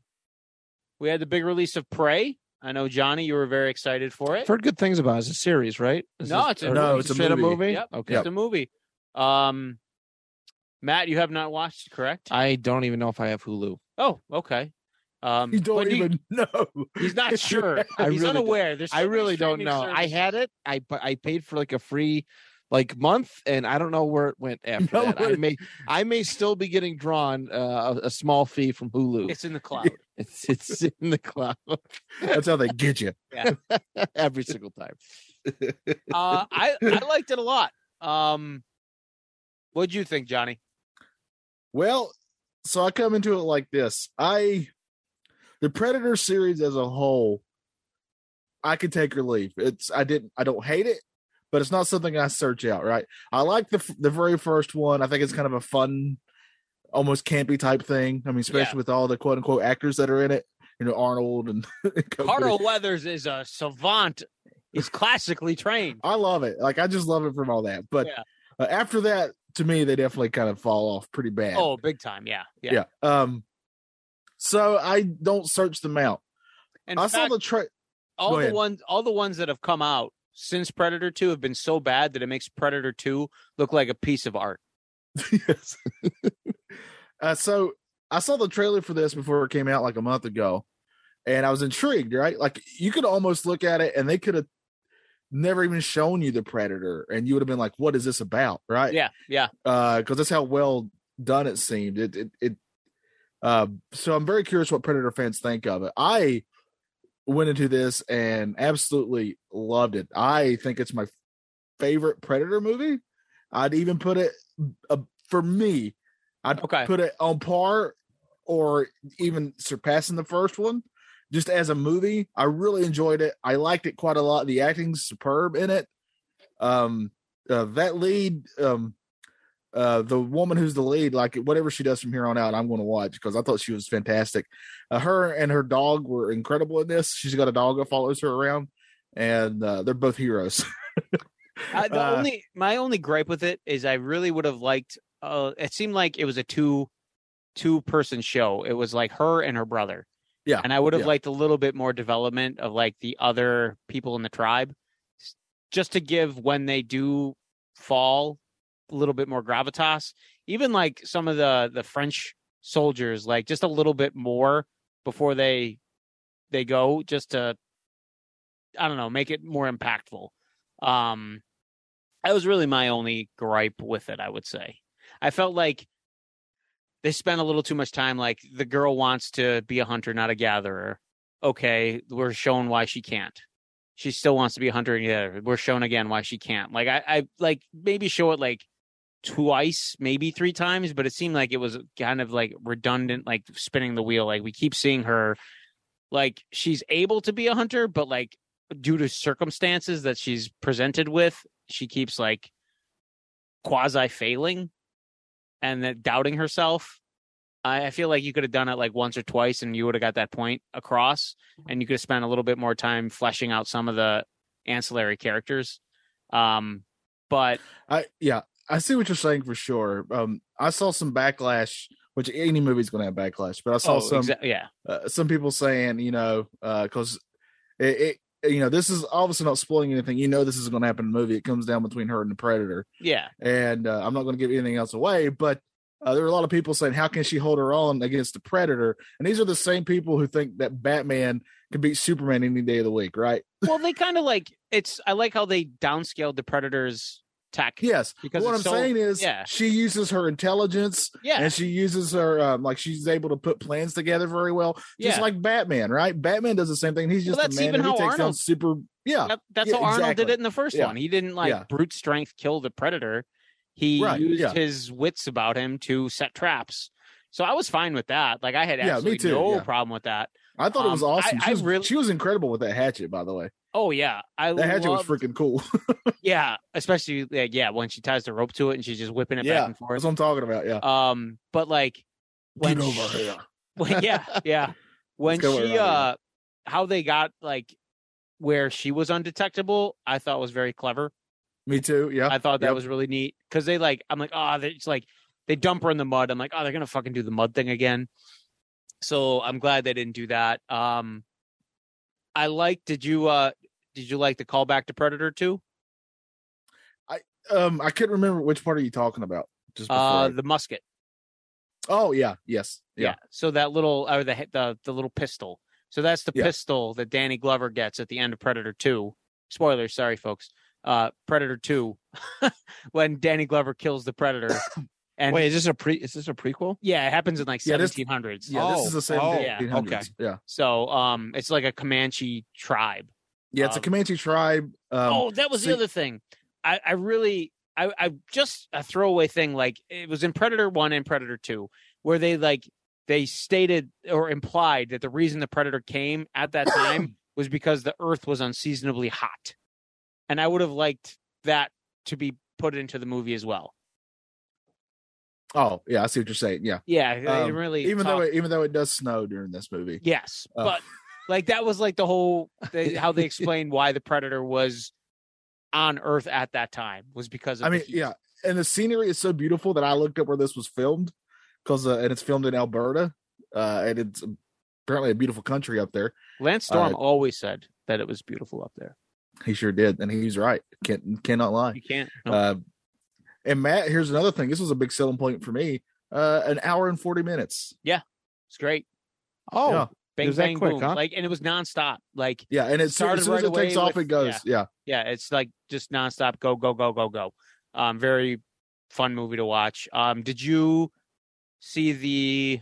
Speaker 2: We had the big release of Prey. I know Johnny, you were very excited for it.
Speaker 1: I've heard good things about. it. It's a series, right?
Speaker 2: No, it's a-
Speaker 3: No, it's a
Speaker 1: straight up
Speaker 3: movie.
Speaker 2: Yep.
Speaker 1: Okay.
Speaker 2: It's a movie. Um Matt, you have not watched, it, correct?
Speaker 1: I don't even know if I have Hulu.
Speaker 2: oh, okay. Um
Speaker 3: You don't
Speaker 2: but he-
Speaker 3: even know.
Speaker 2: he's not sure.
Speaker 1: I really
Speaker 2: he's
Speaker 1: don't-
Speaker 2: unaware. There's so
Speaker 1: I
Speaker 2: many
Speaker 1: really don't
Speaker 2: streaming
Speaker 1: know. I
Speaker 2: services.
Speaker 1: had it. I but I paid for like a free like month and I don't know where it went after
Speaker 3: know
Speaker 1: that. I
Speaker 3: what-
Speaker 1: may I may still be getting drawn uh, a, a small fee from Hulu.
Speaker 2: it's in the cloud.
Speaker 1: It's it's in the cloud
Speaker 3: That's how they get you.
Speaker 1: every single time.
Speaker 2: Uh I I liked it a lot. Um what'd you think, Johnny?
Speaker 3: Well, so I come into it like this. I the Predator series as a whole, I could take or leave. It's I didn't I don't hate it, but it's not something I search out. Right? I like the f- the very first one. I think it's kind of a fun, almost campy type thing. I mean, especially
Speaker 2: Yeah.
Speaker 3: with all the quote unquote actors that are in it. You know, Arnold and company.
Speaker 2: Carl Weathers is a savant. He's classically trained.
Speaker 3: I love it. Like I just love it from all that. But
Speaker 2: Yeah.
Speaker 3: uh, after that, to me, they definitely kind of fall off pretty bad.
Speaker 2: Oh, big time. Yeah. Yeah.
Speaker 3: yeah. Um, so I don't search them out.
Speaker 2: In
Speaker 3: I saw
Speaker 2: fact,
Speaker 3: the tra-
Speaker 2: all
Speaker 3: go
Speaker 2: the
Speaker 3: ahead.
Speaker 2: ones all the ones that have come out since Predator 2 have been so bad that it makes Predator 2 look like a piece of art.
Speaker 3: yes. uh, so I saw the trailer for this before it came out like a month ago, and I was intrigued. Right, like you could almost look at it, and they could have never even shown you the predator, and you would have been like, "What is this about?" Right?
Speaker 2: Yeah. Yeah.
Speaker 3: because uh, that's how well done it seemed. It it it. Um, so I'm very curious what Predator fans think of it. I went into this and absolutely loved it. I think it's my favorite Predator movie. I'd even put it uh, for me. I'd
Speaker 2: Okay.
Speaker 3: put it on par or even surpassing the first one. Just as a movie, I really enjoyed it. I liked it quite a lot. The acting's superb in it. Um, uh, that lead, um, uh, the woman who's the lead, like whatever she does from here on out, I'm going to watch because I thought she was fantastic. Uh, her and her dog were incredible in this. She's got a dog that follows her around, and uh, they're both heroes.
Speaker 2: I, the
Speaker 3: Uh,
Speaker 2: only my only gripe with it is I really would have liked uh it seemed like it was a two two person show. It was like her and her brother.
Speaker 3: Yeah,
Speaker 2: And I would have
Speaker 3: yeah.
Speaker 2: liked a little bit more development of like the other people in the tribe s- just to give when they do fall a little bit more gravitas. Even like some of the the French soldiers like just a little bit more before they they go just to I don't know, make it more impactful. Um that was really my only gripe with it, I would say. I felt like they spent a little too much time like the girl wants to be a hunter, not a gatherer. Okay, we're shown why she can't. She still wants to be a hunter and gatherer. We're shown again why she can't. Like I, I like maybe show it like twice, maybe three times, but it seemed like it was kind of like redundant, like spinning the wheel. Like we keep seeing her like she's able to be a hunter, but like due to circumstances that she's presented with, she keeps like quasi failing and that doubting herself. I, I feel like you could have done it like once or twice and you would have got that point across and you could have spent a little bit more time fleshing out some of the ancillary characters. Um but
Speaker 3: I yeah, I see what you're saying for sure. Um, I saw some backlash, which any movie's going to have backlash, but I saw
Speaker 2: oh,
Speaker 3: some
Speaker 2: exa- yeah.
Speaker 3: uh, some people saying, you know, because it, it, you know, this is obviously not spoiling anything. You know, this is going to happen in the movie. It comes down between her and the predator,
Speaker 2: Yeah.
Speaker 3: and uh, I'm not going to give anything else away, but. Uh, there are a lot of people saying, "How can she hold her own against the Predator?" And these are the same people who think that Batman can beat Superman any day of the week, right?
Speaker 2: Well they kind of like it's I like how they downscaled the predators tech.
Speaker 3: Yes.
Speaker 2: Because
Speaker 3: what I'm
Speaker 2: it's so-
Speaker 3: saying is,
Speaker 2: yeah.
Speaker 3: she uses her intelligence
Speaker 2: Yeah.
Speaker 3: and she uses her um, like she's able to put plans together very well just
Speaker 2: Yeah.
Speaker 3: like batman right batman does the same thing he's
Speaker 2: Well,
Speaker 3: just
Speaker 2: that's
Speaker 3: a man
Speaker 2: even
Speaker 3: and he
Speaker 2: how
Speaker 3: takes down
Speaker 2: Arnold-
Speaker 3: super yeah
Speaker 2: That- that's
Speaker 3: Yeah,
Speaker 2: how Arnold did
Speaker 3: exactly.
Speaker 2: it in the first
Speaker 3: Yeah.
Speaker 2: one. He didn't like
Speaker 3: Yeah.
Speaker 2: brute strength kill the predator. He
Speaker 3: Right,
Speaker 2: used
Speaker 3: yeah.
Speaker 2: his wits about him to set traps. So I was fine with that. Like I had
Speaker 3: Yeah, me
Speaker 2: absolutely
Speaker 3: too,
Speaker 2: no
Speaker 3: yeah.
Speaker 2: problem with that.
Speaker 3: I thought it was
Speaker 2: Um, I-
Speaker 3: awesome. she,
Speaker 2: I
Speaker 3: was,
Speaker 2: really-
Speaker 3: she was incredible with that hatchet, by the way.
Speaker 2: Oh yeah, I
Speaker 3: That hatchet
Speaker 2: love,
Speaker 3: was freaking cool.
Speaker 2: yeah, especially yeah, yeah when she ties the rope to it and she's just whipping it
Speaker 3: Yeah,
Speaker 2: back and
Speaker 3: That's
Speaker 2: forth.
Speaker 3: what I'm talking about. Yeah.
Speaker 2: Um, but like when
Speaker 3: Get over
Speaker 2: she-
Speaker 3: here.
Speaker 2: Well, yeah, yeah. When
Speaker 3: go around
Speaker 2: she
Speaker 3: here.
Speaker 2: uh how they got like where she was undetectable, I thought was very clever.
Speaker 3: Me too. Yeah.
Speaker 2: I thought that
Speaker 3: Yep.
Speaker 2: was really neat cuz they like I'm like oh it's like they dump her in the mud. I'm like oh they're going to fucking do the mud thing again. So I'm glad they didn't do that. Um I like did you uh did you like the callback to Predator 2?
Speaker 3: um, I couldn't remember which part are you talking about. Just before.
Speaker 2: Uh the musket.
Speaker 3: oh yeah. Yes.
Speaker 2: Yeah.
Speaker 3: Yeah.
Speaker 2: So that little or the the the little pistol. So that's the
Speaker 3: Yeah.
Speaker 2: pistol that Danny Glover gets at the end of Predator 2. Spoilers, sorry folks. Uh Predator 2 when Danny Glover kills the predator. And
Speaker 1: Wait, is this a pre? Is this a prequel?
Speaker 2: yeah, it happens in like
Speaker 3: Yeah, this-
Speaker 2: 1700s.
Speaker 3: Yeah. this is the same.
Speaker 1: Oh,
Speaker 3: thing,
Speaker 2: yeah.
Speaker 3: 1800s. Yeah.
Speaker 2: So um it's like a Comanche tribe.
Speaker 3: Yeah. It's a
Speaker 2: Um,
Speaker 3: Comanche tribe. Um,
Speaker 2: oh, that was
Speaker 3: so-
Speaker 2: the other thing. I, I really, I, I just a throwaway thing. Like it was in Predator One and Predator Two, where they like they stated or implied that the reason the Predator came at that time was because the Earth was unseasonably hot, and I would have liked that to be put into the movie as well.
Speaker 3: oh yeah. I see what you're saying. Yeah.
Speaker 2: Yeah, they
Speaker 3: Um,
Speaker 2: didn't really
Speaker 3: Even
Speaker 2: talk-
Speaker 3: though it, even though it does snow during this movie.
Speaker 2: yes,
Speaker 3: Oh.
Speaker 2: but like that was like the whole they, how they explained why the Predator was on Earth at that time was because of
Speaker 3: I
Speaker 2: the
Speaker 3: mean,
Speaker 2: heat.
Speaker 3: yeah, and the scenery is so beautiful that I looked up where this was filmed because uh, and it's filmed in Alberta, uh, and it's apparently a beautiful country up there.
Speaker 2: Lance Storm
Speaker 3: Uh,
Speaker 2: always said that it was beautiful up there.
Speaker 3: He sure did, and he's right. Can't cannot lie.
Speaker 2: You can't. no.
Speaker 3: Uh, and Matt, here's another thing. This was a big selling point for me. Uh, an hour and forty minutes.
Speaker 2: it's great.
Speaker 1: Oh,
Speaker 3: yeah,
Speaker 2: Bang
Speaker 1: was that
Speaker 2: bang
Speaker 1: quick,
Speaker 2: boom.
Speaker 1: huh?
Speaker 2: Like and it was nonstop. Like
Speaker 3: yeah, and it's
Speaker 2: Started
Speaker 3: as soon as
Speaker 2: right
Speaker 3: it takes
Speaker 2: away
Speaker 3: off,
Speaker 2: with-
Speaker 3: it goes. Yeah,
Speaker 2: yeah, it's like just nonstop. Go go go go go. Um, very fun movie to watch. Um, did you see the?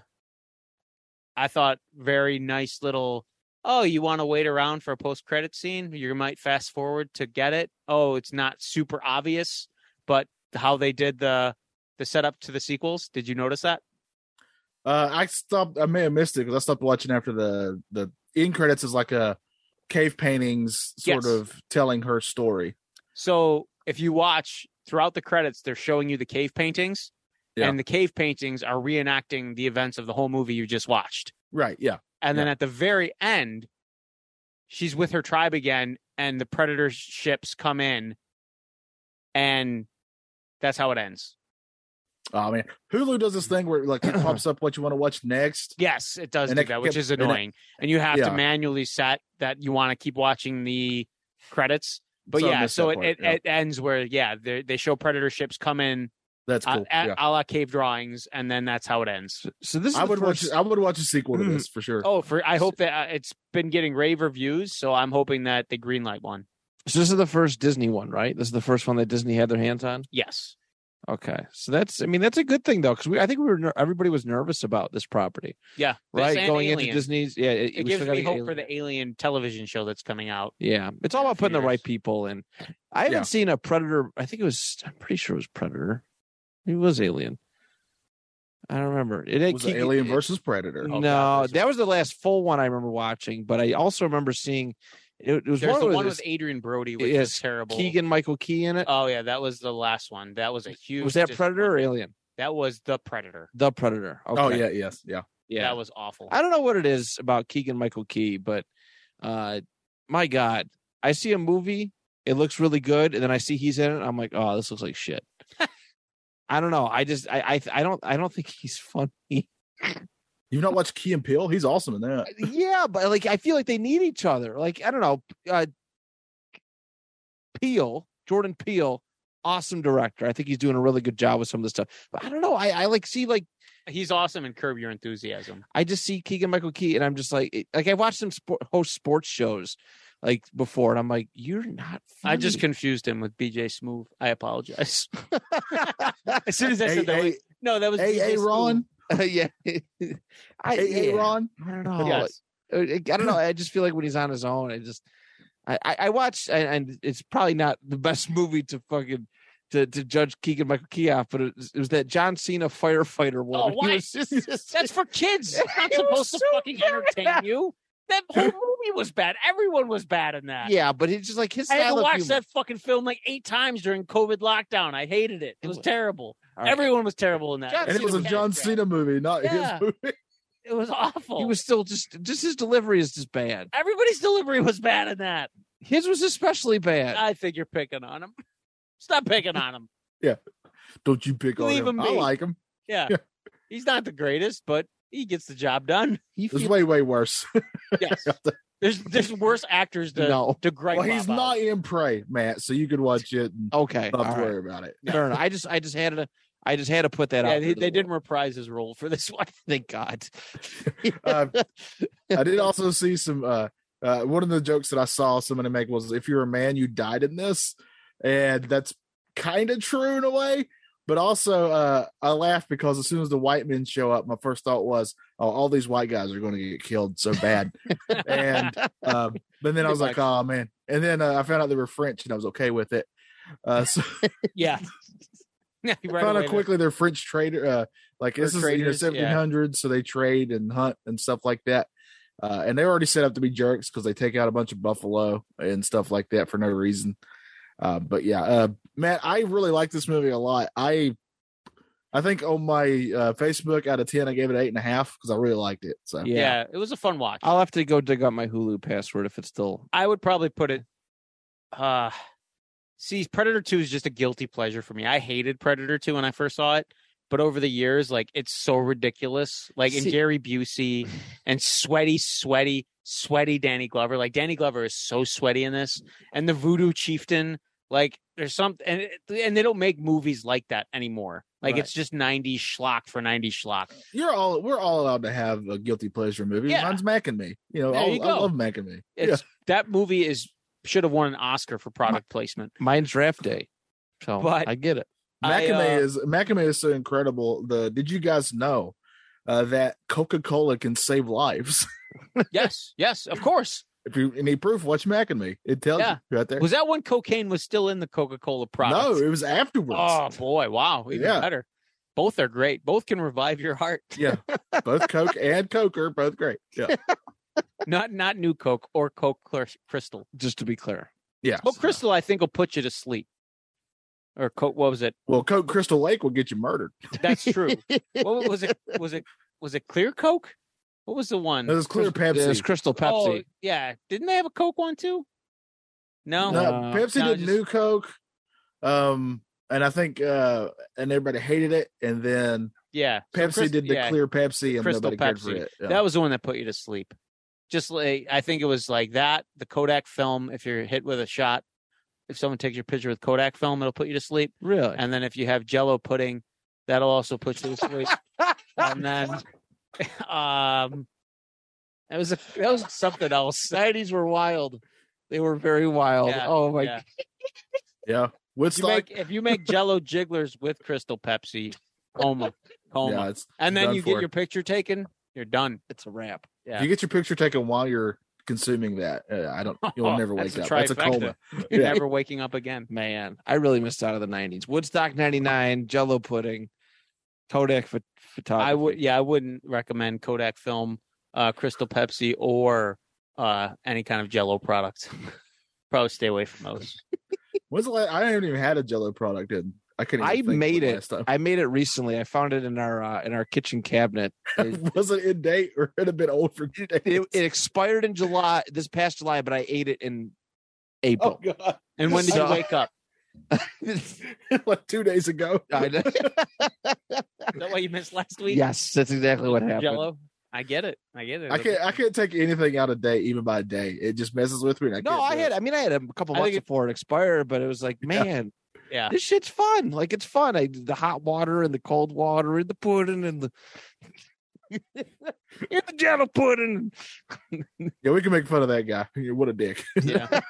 Speaker 2: I thought very nice little. Oh, you want to wait around for a post credit scene? You might fast forward to get it. Oh, it's not super obvious, but how they did the the setup to the sequels. Did you notice that?
Speaker 3: Uh, I stopped. I may have missed it because I stopped watching after the the end credits is like a cave paintings sort
Speaker 2: Yes.
Speaker 3: of telling her story.
Speaker 2: So if you watch throughout the credits, they're showing you the cave paintings,
Speaker 3: Yeah.
Speaker 2: and the cave paintings are reenacting the events of the whole movie you just watched.
Speaker 3: Right. Yeah.
Speaker 2: And then at the very end, she's with her tribe again, and the predator ships come in, and that's how it ends.
Speaker 3: Oh man, Hulu does this thing where like it pops up what you want to watch next.
Speaker 2: Yes, it does
Speaker 3: And
Speaker 2: do
Speaker 3: it
Speaker 2: that, which
Speaker 3: kept-
Speaker 2: is
Speaker 3: and it-
Speaker 2: annoying. And, you have
Speaker 3: yeah.
Speaker 2: to manually set that you want to keep watching the credits. But
Speaker 3: So I
Speaker 2: yeah,
Speaker 3: missed
Speaker 2: so
Speaker 3: that
Speaker 2: it,
Speaker 3: part,
Speaker 2: it,
Speaker 3: yeah.
Speaker 2: it ends where yeah, they they show predator ships come in
Speaker 3: That's
Speaker 2: uh,
Speaker 3: cool.
Speaker 2: a,
Speaker 3: yeah.
Speaker 2: a la cave drawings, and then that's how it ends.
Speaker 1: so, so this is
Speaker 3: I would
Speaker 1: the
Speaker 3: watch.
Speaker 1: first-
Speaker 3: I would watch a sequel to
Speaker 1: Mm.
Speaker 3: this for sure.
Speaker 2: Oh, for I hope that uh, it's been getting rave reviews, so I'm hoping that they greenlight one.
Speaker 1: so this is the first Disney one, right? This is the first one that Disney had their hands on.
Speaker 2: Yes,
Speaker 1: Okay, so that's I mean that's a good thing though because we I think we were ner- everybody was nervous about this property,
Speaker 2: yeah, This
Speaker 1: right?
Speaker 2: and
Speaker 1: Going into
Speaker 2: Alien.
Speaker 1: Disney's, yeah, it,
Speaker 2: It
Speaker 1: we
Speaker 2: gives
Speaker 1: still got
Speaker 2: me
Speaker 1: the
Speaker 2: hope
Speaker 1: Alien.
Speaker 2: for the Alien television show that's coming out.
Speaker 1: Yeah, it's all
Speaker 2: Yeah,
Speaker 1: about
Speaker 2: for
Speaker 1: putting the right
Speaker 2: years.
Speaker 1: people in. I haven't
Speaker 3: Yeah.
Speaker 1: seen a Predator. I think it was. I'm pretty sure it was Predator. Maybe It was Alien. I don't remember. It had
Speaker 3: was it
Speaker 1: Keegan-
Speaker 3: Alien
Speaker 1: it-
Speaker 3: versus Predator?
Speaker 2: Oh,
Speaker 1: no,
Speaker 2: God, versus-
Speaker 1: that was the last full one I remember watching. But I also remember seeing it, it was
Speaker 2: There's
Speaker 1: one,
Speaker 2: the
Speaker 1: with
Speaker 2: one with Adrian Brody, which
Speaker 1: Yes,
Speaker 2: is terrible.
Speaker 1: Keegan Michael Key in it.
Speaker 2: Oh yeah, that was the last one. That was a huge.
Speaker 1: was that
Speaker 2: dis-
Speaker 1: Predator or Alien?
Speaker 2: That was the Predator.
Speaker 1: The Predator. Okay.
Speaker 3: Oh yeah. Yes. Yeah.
Speaker 1: yeah.
Speaker 2: That was awful.
Speaker 1: I don't know what it is about Keegan Michael Key, but uh, my God, I see a movie, it looks really good, and then I see he's in it, I'm like, oh, this looks like shit. I don't know. I just I I, I don't I don't think he's funny.
Speaker 3: You've not watched Key and Peele? He's awesome in that.
Speaker 1: yeah, but like I feel like they need each other. Like I don't know. Uh, Peel Jordan Peele, awesome director. I think he's doing a really good job with some of the stuff. But I don't know. I I like see like.
Speaker 2: He's awesome in Curb Your Enthusiasm.
Speaker 1: I just see Keegan Michael Key, and I'm just like, it- like I watched him sport, host sports shows like before, and I'm like, you're not. Funny.
Speaker 2: I just confused him with BJ Smoove. I apologize. as soon as I
Speaker 3: Hey,
Speaker 2: said that, I'm
Speaker 3: hey,
Speaker 2: like, no, that was
Speaker 3: hey,
Speaker 2: BJ
Speaker 3: hey,
Speaker 2: Smoove.
Speaker 3: Ron.
Speaker 1: yeah, I,
Speaker 3: Hey, hey,
Speaker 1: yeah.
Speaker 3: Ron.
Speaker 1: I don't know.
Speaker 2: Yes.
Speaker 1: Uh, I don't know. I just feel like when he's on his own, I just, I, I, I watch, and, and it's probably not the best movie to fucking. To, to judge Keegan Michael Key off, but it was, it was that John Cena firefighter one.
Speaker 2: Oh,
Speaker 1: He
Speaker 2: why?
Speaker 1: was just-
Speaker 2: That's for kids. It's not
Speaker 1: It was
Speaker 2: supposed to
Speaker 1: so
Speaker 2: fucking
Speaker 1: bad.
Speaker 2: entertain you. That whole movie was bad. Everyone was bad in that.
Speaker 1: Yeah, but it's just like his
Speaker 2: I had to
Speaker 1: style of
Speaker 2: watch
Speaker 1: humor.
Speaker 2: that fucking film like eight times during COVID lockdown. I hated it. It was
Speaker 1: It was-
Speaker 2: terrible.
Speaker 1: All right.
Speaker 2: Everyone was terrible in that.
Speaker 1: John
Speaker 3: and it was a
Speaker 1: Cena.
Speaker 3: John Cena movie, not
Speaker 2: Yeah.
Speaker 3: his movie.
Speaker 2: It was awful.
Speaker 1: He was still just just his delivery is just bad.
Speaker 2: Everybody's delivery was bad in that.
Speaker 1: His was especially bad.
Speaker 2: I think you're picking on him. Stop picking on him.
Speaker 3: Don't you pick
Speaker 2: Leave
Speaker 3: on him?
Speaker 2: him
Speaker 3: I
Speaker 2: be.
Speaker 3: like him.
Speaker 2: Yeah.
Speaker 3: Yeah.
Speaker 2: He's not the greatest, but he gets the job done.
Speaker 1: he
Speaker 3: It's
Speaker 1: feels
Speaker 3: way way worse.
Speaker 2: Yes. there's there's worse actors to
Speaker 1: no.
Speaker 2: to gripe
Speaker 3: well, he's
Speaker 2: about.
Speaker 3: not in Prey, Matt, so you could watch it and
Speaker 1: Okay, all
Speaker 3: not have to
Speaker 1: right.
Speaker 3: worry about it.
Speaker 1: Fair enough. I just I just had to I just had to put that
Speaker 2: Yeah,
Speaker 1: out.
Speaker 2: they,
Speaker 1: there to
Speaker 2: they
Speaker 1: the
Speaker 2: didn't
Speaker 1: world.
Speaker 2: reprise his role for this one.
Speaker 1: Thank God.
Speaker 3: Uh, I did also see some. Uh, uh, one of the jokes that I saw somebody make was, "If you're a man, you died in this," and that's kind of true in a way. But also, uh, I laughed because as soon as the white men show up, my first thought was, "Oh, all these white guys are going to get killed so bad." and um, but then I was like, "Oh man!" And then uh, I found out they were French, and I was okay with it. Uh, so
Speaker 2: Yeah. yeah he
Speaker 3: I
Speaker 2: right
Speaker 3: found
Speaker 2: away
Speaker 3: out quickly they're French trader. Uh, like
Speaker 2: Or
Speaker 3: this is
Speaker 2: traders, yeah.
Speaker 3: the year 1700s, so they trade and hunt and stuff like that. Uh, and they're already set up to be jerks because they take out a bunch of buffalo and stuff like that for no reason. Uh, but yeah, uh, Matt, I really like this movie a lot. I, I think on my uh, Facebook out of ten, I gave it eight and a half because I really liked it. So
Speaker 2: yeah.
Speaker 1: Yeah.
Speaker 2: it was a fun watch. i
Speaker 1: I'll have to go dig up my Hulu password if it's still
Speaker 2: would probably put it. Uh, see, Predator Two is just a guilty pleasure for me. I hated Predator Two when I first saw it, but over the years, like it's so ridiculous. Like in
Speaker 1: See-
Speaker 2: Gary Busey and sweaty, sweaty, sweaty Danny Glover. Like Danny Glover is so sweaty in this, and the Voodoo Chieftain. Like there's some and it- and they don't make movies like that anymore. Like
Speaker 1: Right.
Speaker 2: it's just '90s schlock for '90s schlock.
Speaker 3: you're all we're all allowed to have a guilty pleasure movie.
Speaker 2: Yeah.
Speaker 3: Mine's Mac and Me. You know,
Speaker 2: There
Speaker 3: I,
Speaker 2: you
Speaker 3: I
Speaker 2: go.
Speaker 3: love Mac and Me.
Speaker 2: It's that movie is should have won an Oscar for product placement.
Speaker 1: mine's draft day. So
Speaker 2: But-
Speaker 1: I get it.
Speaker 2: I,
Speaker 3: Macame
Speaker 2: uh,
Speaker 3: is Macame is so incredible. The did you guys know uh, that Coca Cola can save lives?
Speaker 2: yes, yes, of course.
Speaker 3: if you need proof, watch Macame. It tells
Speaker 2: Yeah.
Speaker 3: you right there.
Speaker 2: Was that when cocaine was still in the Coca Cola
Speaker 3: no,
Speaker 2: product?
Speaker 3: it was afterwards.
Speaker 2: Oh boy, wow, even
Speaker 3: Yeah.
Speaker 2: better. Both are great. Both can revive your heart.
Speaker 3: Yeah, both Coke and Coke are both great. Yeah,
Speaker 2: Not not new Coke or Coke Cl- Crystal.
Speaker 1: Just to be clear.
Speaker 3: yeah.
Speaker 2: Coke Crystal, I think, will put you to sleep. Or Coke, what was it?
Speaker 3: Well, Coke Crystal Lake will get you murdered.
Speaker 2: That's true. what was it? Was it was it Clear Coke? What was the one?
Speaker 3: That was clear Pepsi.
Speaker 1: It's Crystal
Speaker 2: Oh,
Speaker 1: Pepsi.
Speaker 2: yeah. Didn't they have a Coke one too? No.
Speaker 3: No,
Speaker 1: Uh,
Speaker 3: Pepsi
Speaker 2: no,
Speaker 3: did
Speaker 2: just-
Speaker 3: New Coke, um, and I think uh, and everybody hated it. And then
Speaker 2: Yeah. So
Speaker 3: Pepsi
Speaker 2: Crys-
Speaker 3: did the
Speaker 2: yeah.
Speaker 3: clear Pepsi, and
Speaker 2: Crystal
Speaker 3: nobody cared for
Speaker 2: Pepsi.
Speaker 3: it. Yeah.
Speaker 2: That was the one that put you to sleep. Just like I think it was like that. The Kodak film. If you're hit with a shot, if someone takes your picture with Kodak film, it'll put you to sleep.
Speaker 1: Really?
Speaker 2: And then if you have Jello pudding, that'll also put you to sleep. and then, um, that was a that was something else.
Speaker 1: Nineties were wild. They were very wild.
Speaker 2: Yeah,
Speaker 1: oh my
Speaker 2: yeah.
Speaker 3: yeah. What's
Speaker 2: If you
Speaker 3: like
Speaker 2: make if you make Jello jigglers with Crystal Pepsi, coma, coma,
Speaker 3: yeah, it's
Speaker 2: and then
Speaker 3: done
Speaker 2: you get
Speaker 3: for.
Speaker 2: your picture taken, you're done.
Speaker 1: it's a wrap.
Speaker 2: Yeah.
Speaker 3: You get your picture taken while you're consuming that. Uh, I don't. You'll never wake
Speaker 2: That's
Speaker 3: up.
Speaker 2: a
Speaker 3: That's a
Speaker 2: trifecta.
Speaker 3: coma.
Speaker 2: You're
Speaker 3: Yeah.
Speaker 2: never waking up again.
Speaker 1: Man, I really missed out on the nineties. Woodstock ninety nine, Jello pudding, Kodak ph- photography.
Speaker 2: I would, yeah, I wouldn't recommend Kodak film, uh, Crystal Pepsi, or uh, any kind of Jello product. Probably stay away from those.
Speaker 3: When's the last, I haven't even had a Jello product in. I couldn't.
Speaker 1: I
Speaker 3: even think of
Speaker 1: made
Speaker 3: the
Speaker 1: it.
Speaker 3: last time.
Speaker 1: I made it recently. I found it in our uh, in our kitchen cabinet. It,
Speaker 3: Was it in date or it had been old for two days?
Speaker 1: it, it expired in July this past July, but I ate it in
Speaker 3: oh
Speaker 1: April.
Speaker 3: god!
Speaker 2: And when did you
Speaker 1: So-
Speaker 2: wake up?
Speaker 3: Oh. like two days ago.
Speaker 1: I know.
Speaker 2: Is that what you missed last week?
Speaker 1: yes, that's exactly what happened.
Speaker 2: Jello. I get it. I get it.
Speaker 3: I can't. I can't take anything out of date, even by day. It just messes with me. And I
Speaker 1: No,
Speaker 3: can't
Speaker 1: I
Speaker 3: do
Speaker 1: had.
Speaker 3: It.
Speaker 1: I mean, I had a couple
Speaker 2: I
Speaker 1: months
Speaker 2: think it-
Speaker 1: before it expired, but it was like,
Speaker 3: Yeah.
Speaker 1: man,
Speaker 2: Yeah.
Speaker 1: this shit's fun. Like it's fun. I the hot water and the cold water and the pudding and the and the gentle pudding.
Speaker 3: Yeah, we can make fun of that guy. What a dick!
Speaker 2: Yeah.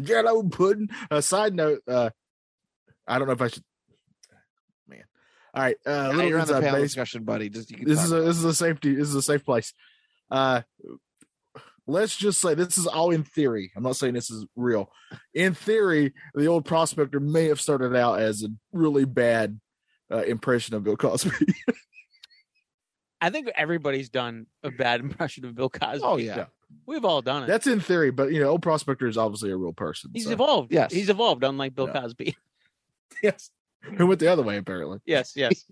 Speaker 3: Jello pudding. A side note. Uh, I don't know if I should. Man. All right. Uh,
Speaker 1: Now
Speaker 3: little
Speaker 1: you're on the
Speaker 3: inside
Speaker 1: panel
Speaker 3: base-
Speaker 1: discussion, buddy. Just you can
Speaker 3: this
Speaker 1: talk.
Speaker 3: is a this is a safety this is a safe place uh let's just say this is all in theory i'm not saying this is real in theory the old prospector may have started out as a really bad uh, impression of bill cosby
Speaker 2: I think everybody's done a bad impression of Bill Cosby.
Speaker 1: Oh yeah.
Speaker 2: We've all done it.
Speaker 3: That's in theory, but you know, old prospector is obviously a real person.
Speaker 2: He's
Speaker 3: so.
Speaker 2: evolved.
Speaker 1: Yes.
Speaker 2: He's evolved, unlike Bill
Speaker 3: Yeah.
Speaker 2: Cosby.
Speaker 3: Yes. Who went the other way, apparently.
Speaker 2: Yes, yes.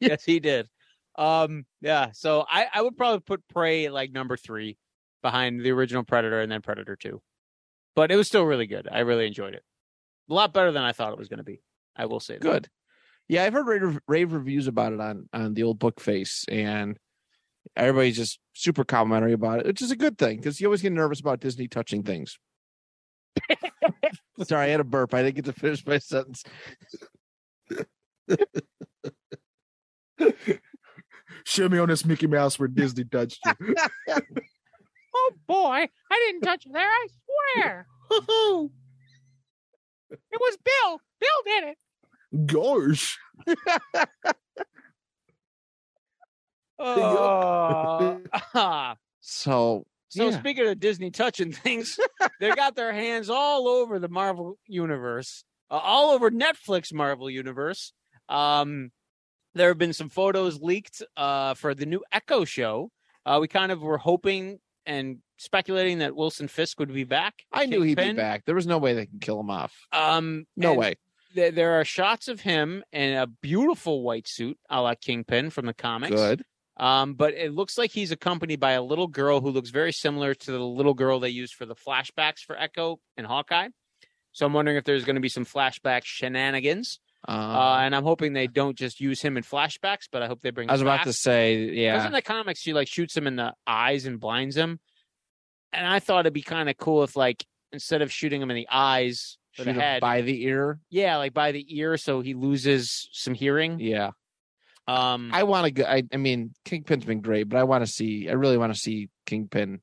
Speaker 2: yes, he did. Um, yeah. So I, I would probably put Prey like number three behind the original Predator and then Predator Two. But it was still really good. I really enjoyed it. A lot better than I thought it was gonna be. I will say that.
Speaker 1: Good. Yeah, I've heard rave, rave reviews about it on on the old book face, and everybody's just super complimentary about it, which is a good thing because you always get nervous about Disney touching things. Sorry, I had a burp. I didn't get to finish my sentence.
Speaker 3: Show me on this Mickey Mouse where Disney touched you.
Speaker 2: Oh boy, I didn't touch him there, I swear. it was Bill. Bill did it.
Speaker 3: Gosh.
Speaker 2: Uh,
Speaker 1: So,
Speaker 2: So
Speaker 1: yeah.
Speaker 2: speaking of Disney touching things, they got their hands all over the Marvel universe, uh, all over Netflix Marvel universe. Um, there have been some photos leaked uh, for the new Echo show. Uh, we kind of were hoping and speculating that Wilson Fisk would be back.
Speaker 1: I knew he'd be
Speaker 2: Kingpin.
Speaker 1: back. There was no way they can kill him off.
Speaker 2: Um,
Speaker 1: No
Speaker 2: and
Speaker 1: way.
Speaker 2: th- there are shots of him in a beautiful white suit, a la Kingpin from the comics.
Speaker 1: Good.
Speaker 2: Um, but it looks like he's accompanied by a little girl who looks very similar to the little girl they used for the flashbacks for Echo and Hawkeye. So I'm wondering if there's going to be some flashback shenanigans,
Speaker 1: Uh,
Speaker 2: uh, and I'm hoping they don't just use him in flashbacks, but I hope they bring.
Speaker 1: I was
Speaker 2: him
Speaker 1: about
Speaker 2: back.
Speaker 1: to say,
Speaker 2: Because
Speaker 1: yeah.
Speaker 2: in the comics, she like shoots him in the eyes and blinds him, and I thought it'd be kind of cool if like instead of shooting him in the eyes or
Speaker 1: Shoot him
Speaker 2: the head,
Speaker 1: by the ear.
Speaker 2: yeah, like by the ear, so he loses some hearing.
Speaker 1: Yeah.
Speaker 2: Um,
Speaker 1: I want to go. I, I mean, Kingpin's been great, but I want to see. I really want to see Kingpin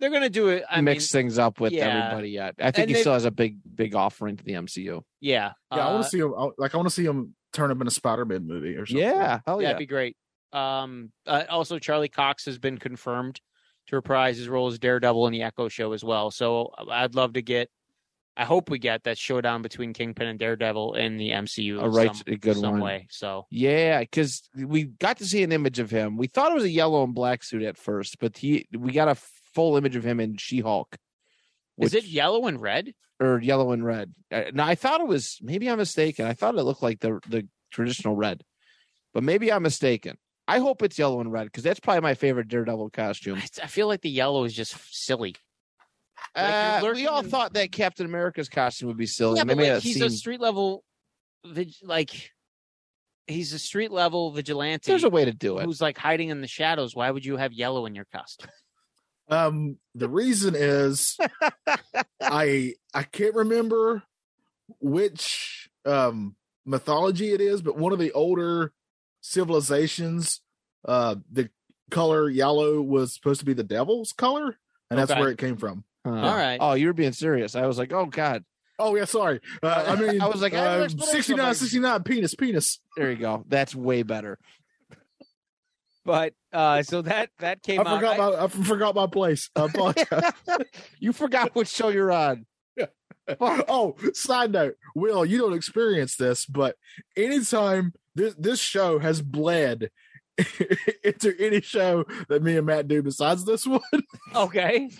Speaker 2: they're gonna do it. I mean,
Speaker 1: mix things up with
Speaker 2: yeah.
Speaker 1: everybody yet. I think
Speaker 2: And
Speaker 1: he
Speaker 2: they-
Speaker 1: still has a big, big offering to the MCU.
Speaker 2: yeah,
Speaker 3: Yeah, I
Speaker 2: uh,
Speaker 3: want to see him. I- Like, I want to see him turn up in a Spider Man movie or something.
Speaker 1: Yeah, hell Oh, yeah.
Speaker 2: That'd be great. Um, uh, also, Charlie Cox has been confirmed to reprise his role as Daredevil in the Echo Show as well. So uh, I'd love to get, I hope we get that showdown between Kingpin and Daredevil in the MCU.
Speaker 1: A
Speaker 2: in
Speaker 1: right,
Speaker 2: some,
Speaker 1: a good
Speaker 2: some
Speaker 1: one.
Speaker 2: way. So
Speaker 1: Yeah, because we got to see an image of him. We thought it was a yellow and black suit at first, but he we got a full image of him in She Hulk.
Speaker 2: is it yellow and red?
Speaker 1: or yellow and red? Uh, Now I thought it was. Maybe I'm mistaken. I thought it looked like the the traditional red, but maybe I'm mistaken. I hope it's yellow and red because that's probably my favorite Daredevil costume.
Speaker 2: I, I feel like the yellow is just silly. you're
Speaker 1: Uh, we
Speaker 2: lurking
Speaker 1: all
Speaker 2: in-
Speaker 1: thought that Captain America's costume would be silly.
Speaker 2: Yeah,
Speaker 1: and they
Speaker 2: but
Speaker 1: made
Speaker 2: like,
Speaker 1: it
Speaker 2: he's
Speaker 1: seem-
Speaker 2: a street level, vig- like he's a street level vigilante
Speaker 1: there's a way to do it.
Speaker 2: who's like hiding in the shadows. Why would you have yellow in your costume?
Speaker 3: Um, the reason is I I can't remember which um mythology it is, but one of the older civilizations, uh, the color yellow was supposed to be the devil's color, and that's
Speaker 2: Okay.
Speaker 3: where it came from.
Speaker 1: Huh.
Speaker 2: All right.
Speaker 1: Oh, you were being serious. I was like, oh god.
Speaker 3: Oh yeah, sorry. Uh, I mean,
Speaker 1: I was like, I have an
Speaker 3: uh,
Speaker 1: explanation.
Speaker 3: 69,
Speaker 1: I'm like-
Speaker 3: 69, penis, penis.
Speaker 1: There you go. That's way better.
Speaker 2: But uh, so that that
Speaker 3: I
Speaker 2: came out.
Speaker 3: forgot my I forgot my place. I apologize.
Speaker 1: you forgot which show you're on.
Speaker 3: oh, side note, Will, you don't experience this, but anytime this this show has bled into any show that me and Matt do besides this one,
Speaker 2: okay.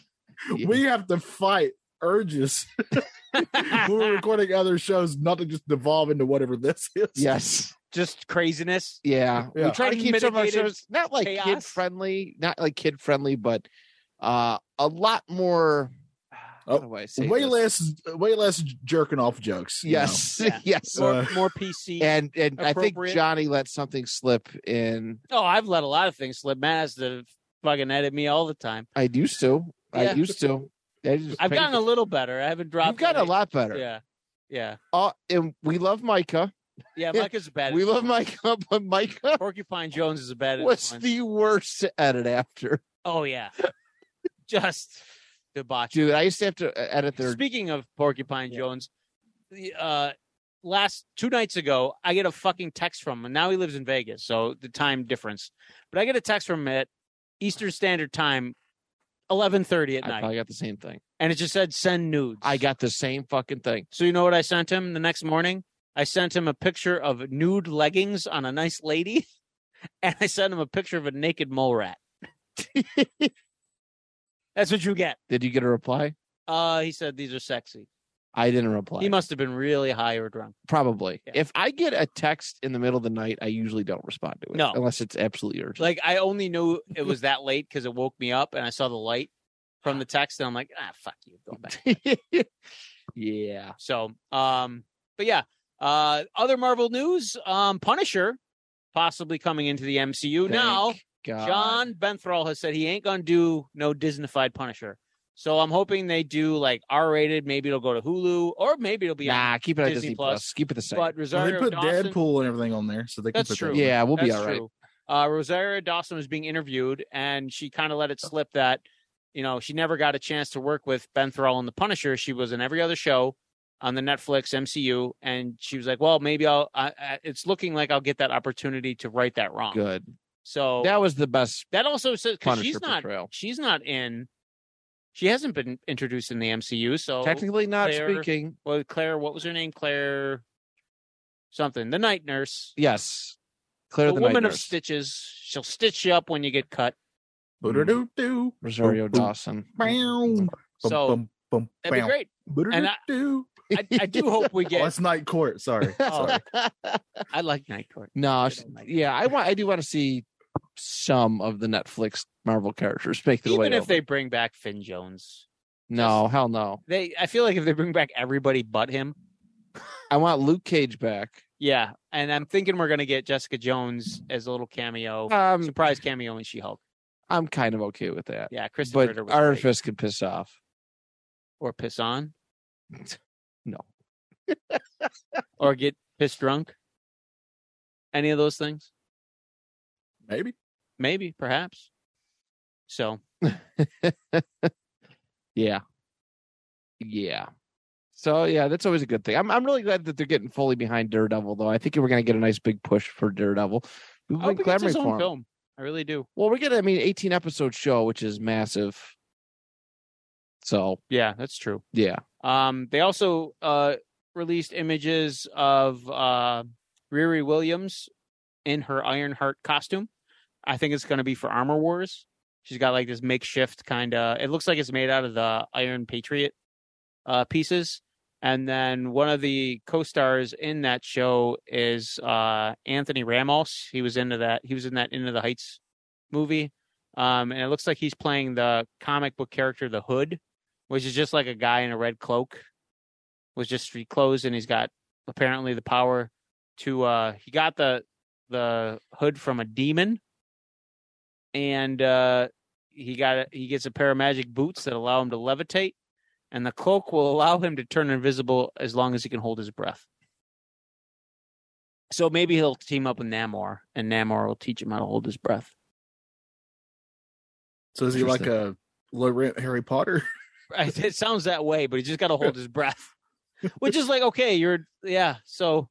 Speaker 3: we have to fight urges when we're recording other shows not to just devolve into whatever this is.
Speaker 1: Yes.
Speaker 2: just craziness.
Speaker 1: Yeah.
Speaker 3: Yeah.
Speaker 1: We try to keep some of our
Speaker 2: Unmitigated
Speaker 1: shows not like kid
Speaker 2: chaos.
Speaker 1: friendly, not like kid friendly, but uh a lot more how
Speaker 3: Oh,
Speaker 1: do I say
Speaker 3: Way
Speaker 1: this?
Speaker 3: less way less jerking off jokes. you
Speaker 1: Yes.
Speaker 2: Yeah.
Speaker 1: yes.
Speaker 2: More,
Speaker 3: Uh,
Speaker 2: more PC.
Speaker 1: and and I think
Speaker 2: appropriate.
Speaker 1: Johnny let something slip in.
Speaker 2: oh, I've let a lot of things slip. Matt has to fucking edit me all the time.
Speaker 1: I used to. I
Speaker 2: Yeah.
Speaker 1: used to. I just
Speaker 2: I've
Speaker 1: paid
Speaker 2: gotten a little better. I haven't
Speaker 1: for-
Speaker 2: dropped.
Speaker 1: You've gotten a
Speaker 2: any-
Speaker 1: lot better.
Speaker 2: Yeah, yeah,
Speaker 1: Oh, and we love Micah.
Speaker 2: yeah. Micah's a bad.
Speaker 1: We love
Speaker 2: influence.
Speaker 1: Micah, but Micah
Speaker 2: Porcupine Jones is a bad.
Speaker 1: was
Speaker 2: influence.
Speaker 1: the worst to edit after.
Speaker 2: oh yeah, just debauchery.
Speaker 1: Dude, I used to have to uh, edit their
Speaker 2: Speaking of Porcupine
Speaker 1: Yeah.
Speaker 2: Jones, the, uh, last two nights ago, I get a fucking text from him. And now he lives in Vegas, so the time difference. But I get a text from him at Eastern Standard Time, eleven thirty at
Speaker 1: I
Speaker 2: night,
Speaker 1: probably got the same thing.
Speaker 2: and it just said send nudes.
Speaker 1: I got the same fucking thing.
Speaker 2: So you know what I sent him the next morning? I sent him a picture of nude leggings on a nice lady and I sent him a picture of a naked mole rat. That's what you get.
Speaker 1: Did you get a reply?
Speaker 2: Uh, he said these are sexy.
Speaker 1: I didn't reply.
Speaker 2: He must have been really high or drunk.
Speaker 1: Probably.
Speaker 2: Yeah.
Speaker 1: If I get a text in the middle of the night, I usually don't respond to it.
Speaker 2: No.
Speaker 1: Unless it's absolutely urgent.
Speaker 2: Like I only knew it was that late because it woke me up and I saw the light from the text and I'm like, ah, fuck you, go back.
Speaker 1: yeah.
Speaker 2: So, um, but yeah, uh, other Marvel news: um, Punisher possibly coming into the MCU now.
Speaker 1: Thank God.
Speaker 2: John Benthrall has said he ain't gonna do no Disneyfied Punisher. So I'm hoping they do like R-rated. Maybe it'll go to Hulu, or maybe it'll be on.
Speaker 1: Nah, keep it on
Speaker 2: Disney
Speaker 1: Disney, Plus.
Speaker 2: Plus.
Speaker 1: Keep it the same.
Speaker 2: But
Speaker 3: Well,
Speaker 2: Rosario
Speaker 3: they put
Speaker 2: Dawson,
Speaker 3: Deadpool and everything on there, so they can
Speaker 2: That's
Speaker 3: put that
Speaker 2: true.
Speaker 3: on.
Speaker 1: yeah, we'll be
Speaker 2: That's
Speaker 1: all right.
Speaker 2: true. Uh, Rosario Dawson was being interviewed, and she kind of let it slip that you know she never got a chance to work with Benthrall and the Punisher. She was in every other show on the Netflix MCU, and she was like, "Well, maybe I'll. I, I, it's looking like I'll get that opportunity to right that wrong."
Speaker 1: Good.
Speaker 2: So that,
Speaker 1: That was the best
Speaker 2: also says because
Speaker 1: Punisher
Speaker 2: she's not
Speaker 1: portrayal.
Speaker 2: she's not in. She hasn't been introduced in the MCU, so
Speaker 1: Technically not
Speaker 2: Claire-
Speaker 1: speaking.
Speaker 2: well, Claire, what was her name? Claire, something, the night nurse.
Speaker 1: Yes. Claire
Speaker 2: the
Speaker 1: the
Speaker 2: woman
Speaker 1: Night
Speaker 2: of
Speaker 1: Nurse.
Speaker 2: stitches. She'll stitch you up when you get cut.
Speaker 3: Boo-doo-doo-doo.
Speaker 1: Rosario
Speaker 3: Boom, boom,
Speaker 1: Dawson.
Speaker 3: Bow.
Speaker 2: So
Speaker 3: Mm-hmm. Bum, bum, bum,
Speaker 2: that'd be
Speaker 3: bow.
Speaker 2: great. And I-
Speaker 3: Boo-doo-doo-doo.
Speaker 2: I, I do hope we
Speaker 3: Oh,
Speaker 2: get.
Speaker 3: it's Night Court. Sorry.
Speaker 2: Oh,
Speaker 3: Sorry.
Speaker 2: I like Night Court.
Speaker 1: No,
Speaker 2: Get
Speaker 1: sh-
Speaker 2: on my-
Speaker 1: yeah, I want. I do want to see some of the Netflix Marvel characters make their way.
Speaker 2: Even if
Speaker 1: over.
Speaker 2: they bring back Finn Jones,
Speaker 1: no, hell no.
Speaker 2: they I feel like if they bring back everybody but him,
Speaker 1: I want Luke Cage back.
Speaker 2: yeah. And I'm thinking we're gonna get Jessica Jones as a little cameo,
Speaker 1: Um,
Speaker 2: surprise cameo in She Hulk.
Speaker 1: I'm kind of okay with that.
Speaker 2: Yeah, Kristen
Speaker 1: but
Speaker 2: Ritter was great.
Speaker 1: Artifice could piss off.
Speaker 2: or piss on,
Speaker 1: No,
Speaker 2: or get pissed drunk. Any of those things,
Speaker 3: Maybe.
Speaker 2: maybe, perhaps. So
Speaker 1: yeah, yeah. So yeah, that's always a good thing. I'm I'm really glad that they're getting fully behind Daredevil, though. I think we're gonna get a nice big push for Daredevil. We've
Speaker 2: I hope
Speaker 1: been
Speaker 2: he gets
Speaker 1: clamoring
Speaker 2: his
Speaker 1: for
Speaker 2: own
Speaker 1: him.
Speaker 2: film. I really do.
Speaker 1: Well, we're gonna. I mean, 18 episode show, which is massive. So
Speaker 2: Yeah, that's true.
Speaker 1: yeah,
Speaker 2: Um, they also uh, released images of uh, Riri Williams in her Ironheart costume. I think it's going to be for Armor Wars. She's got like this makeshift kind of. It looks like it's made out of the Iron Patriot uh, pieces. And then one of the co-stars in that show is uh, Anthony Ramos. He was into that. He was in that Into the Heights movie, um, and it looks like he's playing the comic book character the Hood, which is just like a guy in a red cloak with just street clothes and he's got apparently the power to uh he got the the hood from a demon and uh he got a, he gets a pair of magic boots that allow him to levitate and the cloak will allow him to turn invisible as long as he can hold his breath so maybe he'll team up with namor and namor will teach him how to hold his breath
Speaker 3: So is he like a low rent Harry Potter?
Speaker 2: Right, It sounds that way, but he just got to hold his breath, which is like okay, you're yeah. So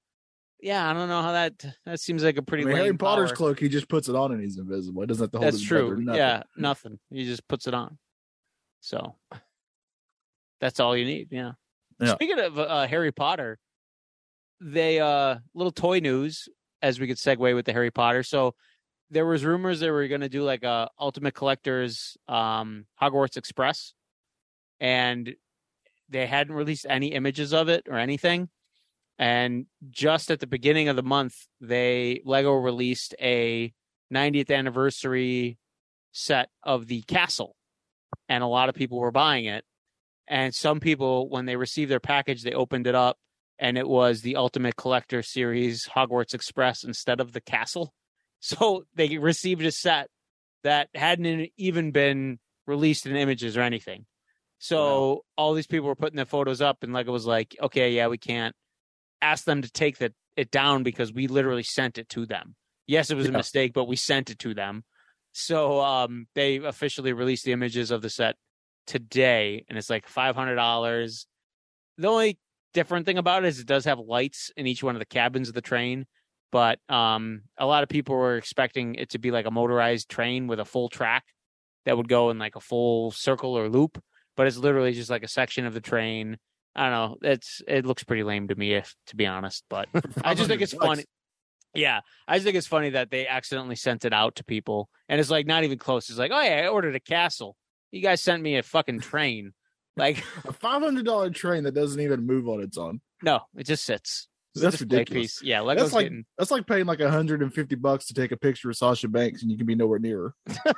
Speaker 2: yeah, I don't know how that that seems like a
Speaker 3: I
Speaker 2: pretty.
Speaker 3: mean, Harry
Speaker 2: lame
Speaker 3: Potter's
Speaker 2: power.
Speaker 3: cloak, he just puts it on and he's invisible. He doesn't have to hold
Speaker 2: That's
Speaker 3: his breath or
Speaker 2: true.
Speaker 3: nothing.
Speaker 2: Yeah, nothing. He just puts it on. So that's all you need. Yeah.
Speaker 3: Yeah.
Speaker 2: Speaking of uh, Harry Potter, they uh little toy news as we could segue with the Harry Potter. So there was rumors they were going to do like a Ultimate Collectors um Hogwarts Express, and they hadn't released any images of it or anything. And just at the beginning of the month, they Lego released a 90th anniversary set of the castle and a lot of people were buying it and some people when they received their package they opened it up and it was the ultimate collector series hogwarts express instead of the castle so they received a set that hadn't e-, even been released in images or anything so all these people were putting their photos up and lego was like okay yeah we can't ask them to take that it down because we literally sent it to them yes it was a
Speaker 3: Yeah.
Speaker 2: mistake but we sent it to them so um, they officially released the images of the set today, and it's like five hundred dollars. The only different thing about it is it does have lights in each one of the cabins of the train, but um, a lot of people were expecting it to be like a motorized train with a full track that would go in like a full circle or loop. But it's literally just like a section of the train. I don't know. It's it looks pretty lame to me, if to be honest. But I just think it's
Speaker 3: $500
Speaker 2: funny. Yeah, I just think it's funny that they accidentally sent it out to people, and it's like not even close. It's like, oh yeah, I ordered a castle. You guys sent me a fucking train. Like,
Speaker 3: A five hundred dollar train that doesn't even move on its own.
Speaker 2: no, it just sits. It's a
Speaker 3: That's
Speaker 2: display
Speaker 3: ridiculous.
Speaker 2: Piece. Yeah, Lego's
Speaker 3: like-
Speaker 2: getting.
Speaker 3: That's like paying like hundred and fifty bucks to take a picture of Sasha Banks, and you can be nowhere near her.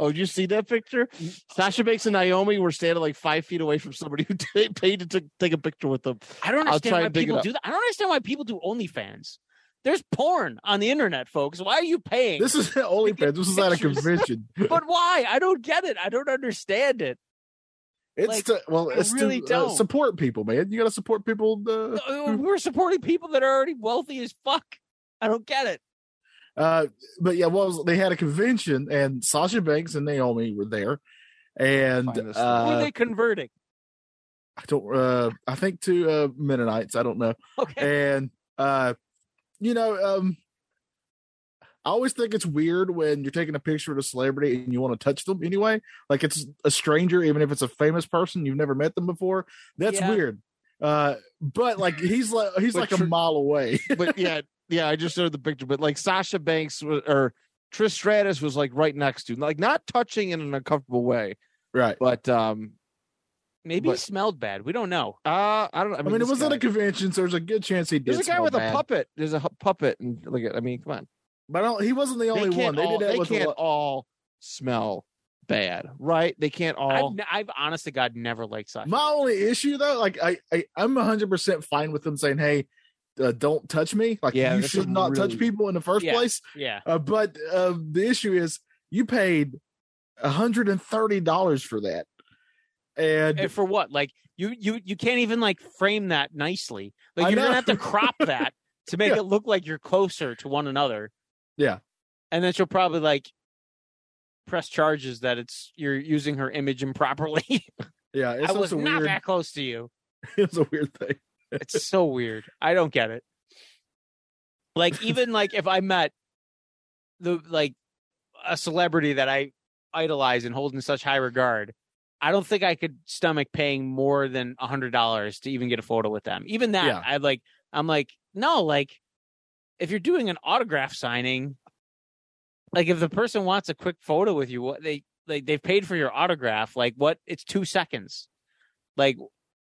Speaker 1: Oh, did you see that picture? Sasha Banks and Naomi were standing like five feet away from somebody who t- paid to t- take a picture with them.
Speaker 2: I don't
Speaker 1: I'll
Speaker 2: understand
Speaker 1: try
Speaker 2: why
Speaker 1: and dig it
Speaker 2: people
Speaker 1: up.
Speaker 2: do that. I don't understand why people do OnlyFans. There's porn on the internet, folks. Why are you paying?
Speaker 3: This is OnlyFans. This is at a
Speaker 2: Pictures.
Speaker 3: convention.
Speaker 2: but why? I don't get it. I don't understand it.
Speaker 3: It's
Speaker 2: Like,
Speaker 3: to, well,
Speaker 2: I
Speaker 3: it's
Speaker 2: really
Speaker 3: to uh,
Speaker 2: don't.
Speaker 3: support people, man. You got to support people. Uh,
Speaker 2: Uh, We're supporting people that are already wealthy as fuck. I don't get it.
Speaker 3: uh, but yeah, well, they had a convention, and Sasha Banks and Naomi were there, and
Speaker 5: Find this
Speaker 2: Who are
Speaker 3: uh,
Speaker 2: they converting?
Speaker 3: I don't. Uh, I think to uh, Mennonites. I don't know.
Speaker 2: Okay.
Speaker 3: and uh you know um i always think it's weird when you're taking a picture of a celebrity and you want to touch them anyway like it's a stranger even if it's a famous person you've never met them before that's
Speaker 2: Yeah.
Speaker 3: weird uh but like he's like he's
Speaker 1: But
Speaker 3: like
Speaker 1: tr-
Speaker 3: a mile away
Speaker 1: But yeah, yeah, I just showed the picture. But like Sasha Banks wa- or Trish Stratus was like right next to, like not touching in an uncomfortable way,
Speaker 3: right
Speaker 1: but um,
Speaker 2: Maybe
Speaker 1: but-
Speaker 2: he smelled bad. We don't know.
Speaker 1: uh, I don't. know. I
Speaker 3: i
Speaker 1: mean,
Speaker 3: mean, it
Speaker 1: this
Speaker 3: was at
Speaker 1: guy-
Speaker 3: a convention so there's a good chance he did
Speaker 1: There's a guy
Speaker 3: smell
Speaker 1: with
Speaker 3: bad.
Speaker 1: a puppet. There's a hu- puppet, and look at. I mean, come on.
Speaker 3: but I don't, he wasn't the only
Speaker 1: they can't
Speaker 3: one they
Speaker 1: all,
Speaker 3: did that
Speaker 1: they
Speaker 3: with
Speaker 1: can't
Speaker 3: a lot.
Speaker 1: all smell bad, right? They can't all.
Speaker 2: I've, ne- I've honest to God never liked Sasha.
Speaker 3: my only issue though like i, I i'm 100% fine with them saying hey uh, don't touch me like
Speaker 1: Yeah,
Speaker 3: you
Speaker 1: that's
Speaker 3: should not touch
Speaker 1: really-
Speaker 3: people in the first
Speaker 2: Yeah.
Speaker 3: place
Speaker 2: yeah.
Speaker 3: Uh, but uh, the issue is you paid $130 for that. And
Speaker 2: And for what? Like you, you, you can't even like frame that nicely. Like
Speaker 3: I
Speaker 2: you're gonna
Speaker 3: know.
Speaker 2: have to crop that to make
Speaker 3: Yeah.
Speaker 2: it look like you're closer to one another.
Speaker 3: Yeah.
Speaker 2: And then she'll probably like press charges that it's you're using her image improperly.
Speaker 3: yeah, it's,
Speaker 2: I
Speaker 3: it's
Speaker 2: was
Speaker 3: a
Speaker 2: not
Speaker 3: weird
Speaker 2: that close to you.
Speaker 3: it's a weird thing.
Speaker 2: It's so weird. I don't get it. Like even like if I met the like a celebrity that I idolize and hold in such high regard, I don't think I could stomach paying more than a hundred dollars to even get a photo with them. Even that,
Speaker 3: Yeah.
Speaker 2: I like. I'm like, no, like if you're doing an autograph signing, like if the person wants a quick photo with you, what they like they've paid for your autograph. Like what? It's two seconds. Like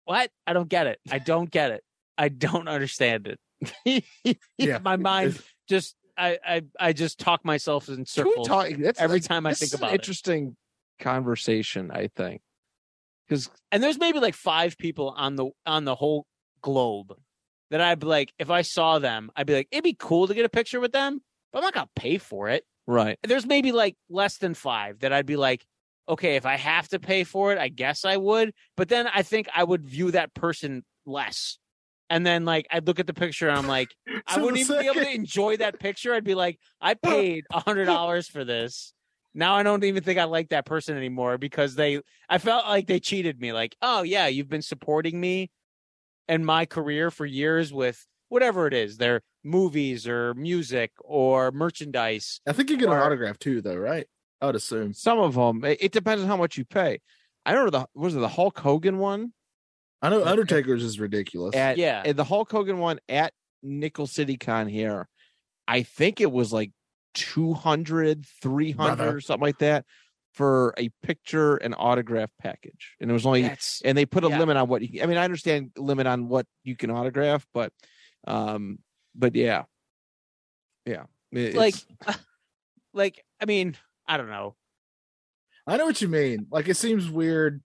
Speaker 2: what? I don't get it. I don't get it. I don't understand it.
Speaker 3: Yeah.
Speaker 2: my mind
Speaker 3: It's-
Speaker 2: just I, I I just talk myself in
Speaker 1: Can we
Speaker 2: circles
Speaker 1: talk- that's-
Speaker 2: every time I
Speaker 1: this
Speaker 2: think
Speaker 1: is an
Speaker 2: about it.
Speaker 1: interesting conversation. I think
Speaker 2: And there's maybe like five people on the on the whole globe that I'd be like, if I saw them, I'd be like, it'd be cool to get a picture with them, but I'm not gonna pay for it.
Speaker 1: right.
Speaker 2: There's maybe like less than five that I'd be like, okay, if I have to pay for it, I guess I would. But then I think I would view that person less. And then like I'd look at the picture and I'm like, I
Speaker 3: So the
Speaker 2: wouldn't even be able
Speaker 3: second-
Speaker 2: to enjoy that picture. I'd be like, I paid a hundred dollars for this. Now I don't even think I like that person anymore because they I felt like they cheated me. Like, oh yeah, you've been supporting me and my career for years with whatever it is, their movies or music or merchandise.
Speaker 3: I think you get an
Speaker 2: Or-
Speaker 3: autograph too, though, right? I would assume.
Speaker 1: Some of them. It, it depends on how much you pay. I remember the was it the Hulk Hogan one
Speaker 3: I know Undertaker's is ridiculous.
Speaker 1: at
Speaker 2: Yeah.
Speaker 1: at the Hulk Hogan one at Nickel City Con here. I think it was like 200, 300
Speaker 3: Brother.
Speaker 1: or something like that for a picture and autograph package, and it was only
Speaker 2: That's
Speaker 1: and they put a
Speaker 2: Yeah.
Speaker 1: limit on what you I mean, I understand limit on what you can autograph, but um but yeah. Yeah. It-
Speaker 2: like
Speaker 1: it's-
Speaker 2: like I mean, I don't know.
Speaker 3: I know what you mean. Like it seems weird.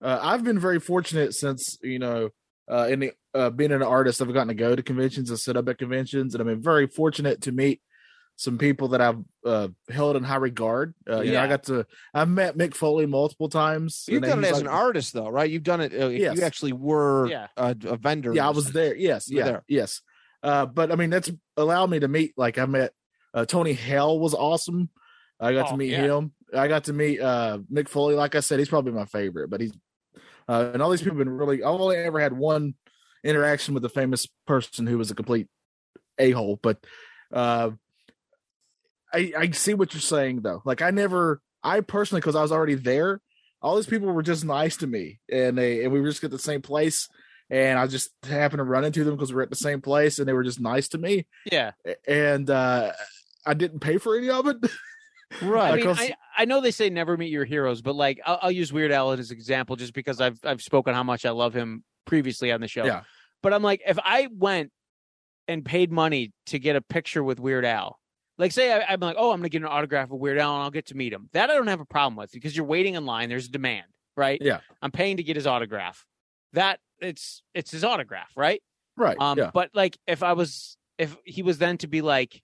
Speaker 3: Uh, I've been very fortunate since you know, uh, in the, uh, being an artist, I've gotten to go to conventions and sit up at conventions, and I've been very fortunate to meet some people that I've uh, held in high regard. Uh, you know,
Speaker 2: Yeah.
Speaker 3: I got to I've met Mick Foley multiple times.
Speaker 1: you've
Speaker 3: and
Speaker 1: done it
Speaker 3: he's
Speaker 1: as
Speaker 3: like-
Speaker 1: an artist though, right? You've done it uh, if
Speaker 3: Yes.
Speaker 1: you actually were
Speaker 2: Yeah.
Speaker 1: a, a vendor.
Speaker 3: Yeah,
Speaker 1: or
Speaker 3: I was
Speaker 1: something.
Speaker 3: there. Yes,
Speaker 1: You were
Speaker 3: yeah,
Speaker 1: there.
Speaker 3: yes. Uh, but I mean, that's allowed me to meet. Like I met uh, Tony Hale was awesome. I got
Speaker 2: Oh,
Speaker 3: to meet
Speaker 2: yeah.
Speaker 3: him. I got to meet uh, Mick Foley. Like I said, he's probably my favorite. But he's uh, and all these people have been really. I've only ever had one interaction with a famous person who was a complete a hole. But uh, I I see what you're saying though. Like I never. I personally, because I was already there, all these people were just nice to me, and they and we just at the same place and I just happened to run into them because we're at the same place, and they were just nice to me,
Speaker 2: Yeah.
Speaker 3: A- and uh, I didn't pay for any of it.
Speaker 2: I
Speaker 6: Right.
Speaker 2: mean,
Speaker 3: Like, I'll
Speaker 2: I, I know they say never meet your heroes, but like I'll, I'll use Weird Al as an example just because I've I've spoken how much I love him previously on the show.
Speaker 3: Yeah.
Speaker 2: But I'm like, if I went and paid money to get a picture with Weird Al, like say I, I'm like, oh, I'm gonna get an autograph of Weird Al and I'll get to meet him. That I don't have a problem with because you're waiting in line. There's a demand, right?
Speaker 3: Yeah.
Speaker 2: I'm paying to get his autograph. That it's it's his autograph, right?
Speaker 3: right.
Speaker 2: Um,
Speaker 3: yeah.
Speaker 2: but like if I was if he was then to be like,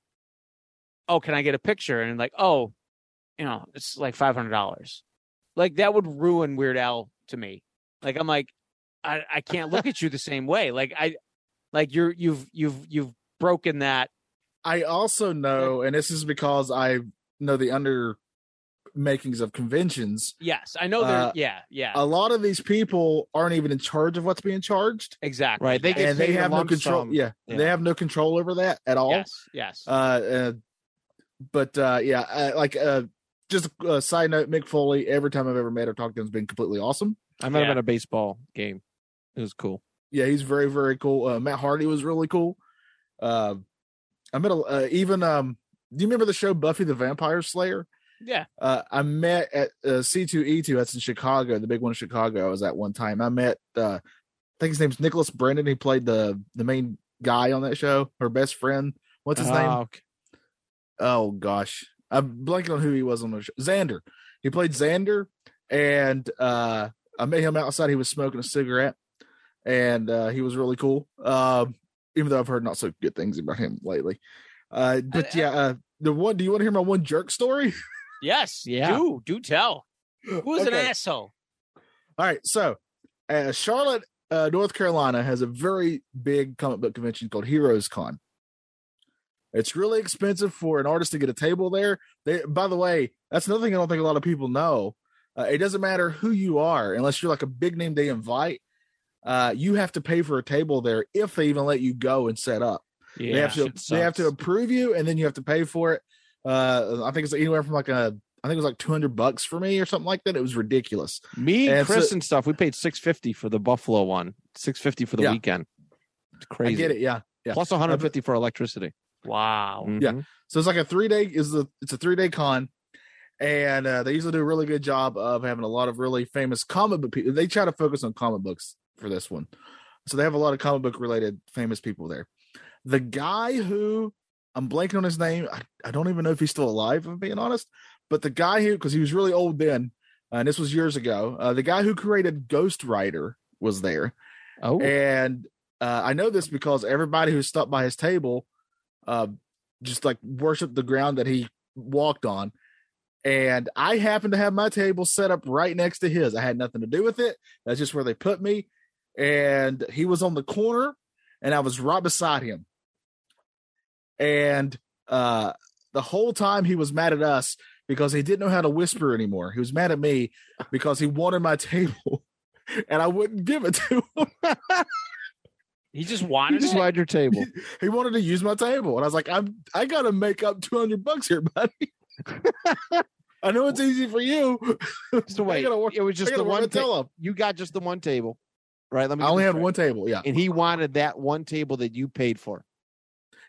Speaker 2: oh, can I get a picture? And like, oh, you know, it's like five hundred dollars. Like that would ruin Weird Al to me. Like I'm like, I I can't look at you the same way. Like I, like you're you've you've you've broken that.
Speaker 3: I also know, and this is because I know the under makings of conventions.
Speaker 2: Yes, I know. They're
Speaker 3: Uh,
Speaker 2: yeah yeah
Speaker 3: A lot of these people aren't even in charge of what's being charged,
Speaker 2: exactly
Speaker 1: Right, they
Speaker 2: yes,
Speaker 1: get
Speaker 3: and they
Speaker 1: paid a
Speaker 3: have no
Speaker 1: lump
Speaker 3: control.
Speaker 1: sum.
Speaker 3: Yeah,
Speaker 1: Yeah.
Speaker 3: they have no control over that at all.
Speaker 2: yes yes.
Speaker 3: Uh, uh, but uh, yeah, I, like uh, just a uh, side note, Mick Foley. Every time I've ever met or talked to him, has been completely awesome.
Speaker 1: I met him
Speaker 2: Yeah.
Speaker 1: at a baseball game. It was cool.
Speaker 3: yeah, he's very very cool. Uh, Matt Hardy was really cool. Uh, I met a, uh, even um. Do you remember the show Buffy the Vampire Slayer?
Speaker 2: yeah.
Speaker 3: Uh, I met at uh, C2E2. That's in Chicago, the big one in Chicago. I was at one time. I met uh, I think his name's Nicholas Brendan. He played the the main guy on that show. Her best friend. What's his name?
Speaker 1: Ah, okay.
Speaker 3: oh gosh i'm blanking on who he was on the show xander he played xander and uh i met him outside he was smoking a cigarette and uh he was really cool um even though i've heard not so good things about him lately uh but
Speaker 2: I-
Speaker 3: yeah uh the one do you want to hear my one jerk story
Speaker 2: Yes.
Speaker 1: Yeah.
Speaker 2: Do do tell. Who's an
Speaker 3: Okay.
Speaker 2: asshole?
Speaker 3: All right, so uh, Charlotte, uh, North Carolina has a very big comic book convention called Heroes Con. It's really expensive for an artist to get a table there. They, by the way, that's another thing I don't think a lot of people know. Uh, it doesn't matter who you are, unless you're like a big name they invite. Uh, you have to pay for a table there if they even let you go and set up.
Speaker 1: Yeah,
Speaker 3: they have to
Speaker 1: shit
Speaker 3: they have to
Speaker 1: sucks.
Speaker 3: approve you, and then you have to pay for it. Uh, I think it's anywhere from like a I think it was like two hundred bucks for me or something like that. It was ridiculous.
Speaker 1: Me,
Speaker 3: and
Speaker 1: and Chris,
Speaker 3: so-
Speaker 1: and stuff. We paid six fifty for the Buffalo one. Six fifty for the
Speaker 3: Yeah.
Speaker 1: weekend. It's crazy.
Speaker 3: I get it, yeah. yeah.
Speaker 1: Plus one hundred fifty for electricity.
Speaker 2: Wow.
Speaker 1: Mhm.
Speaker 3: Yeah. So it's like a three day is the it's a three day con, and uh, they usually do a really good job of having a lot of really famous comic book people. They try to focus on comic books for this one, so they have a lot of comic book related famous people there. The guy who I'm blanking on his name, I, I don't even know if he's still alive. If I'm being honest, but the guy who because he was really old then, uh, and this was years ago. Uh, the guy who created Ghost Rider was there.
Speaker 1: Oh,
Speaker 3: And uh, I know this because everybody who stopped by his table uh, just like worshiped the ground that he walked on. And I happened to have my table set up right next to his. I had nothing to do with it. That's just where they put me. And he was on the corner and I was right beside him. And uh, the whole time he was mad at us because he didn't know how to whisper anymore. He was mad at me because he wanted my table and I wouldn't give it to him.
Speaker 2: He just
Speaker 1: you
Speaker 2: wanted
Speaker 1: just
Speaker 2: it?
Speaker 1: wide your table.
Speaker 3: he wanted to use my table, and I was like, "I'm I gotta make up two hundred bucks here, buddy. I know it's easy for you.
Speaker 1: So
Speaker 3: I
Speaker 1: wait,
Speaker 3: gotta work-
Speaker 1: it was
Speaker 3: Just
Speaker 1: just the one. Ta-
Speaker 3: tell him.
Speaker 1: you got just the one table, right? Let me.
Speaker 3: I
Speaker 1: get
Speaker 3: only
Speaker 1: this
Speaker 3: had
Speaker 1: straight.
Speaker 3: one table. Yeah,
Speaker 1: and he wanted that one table that you paid for.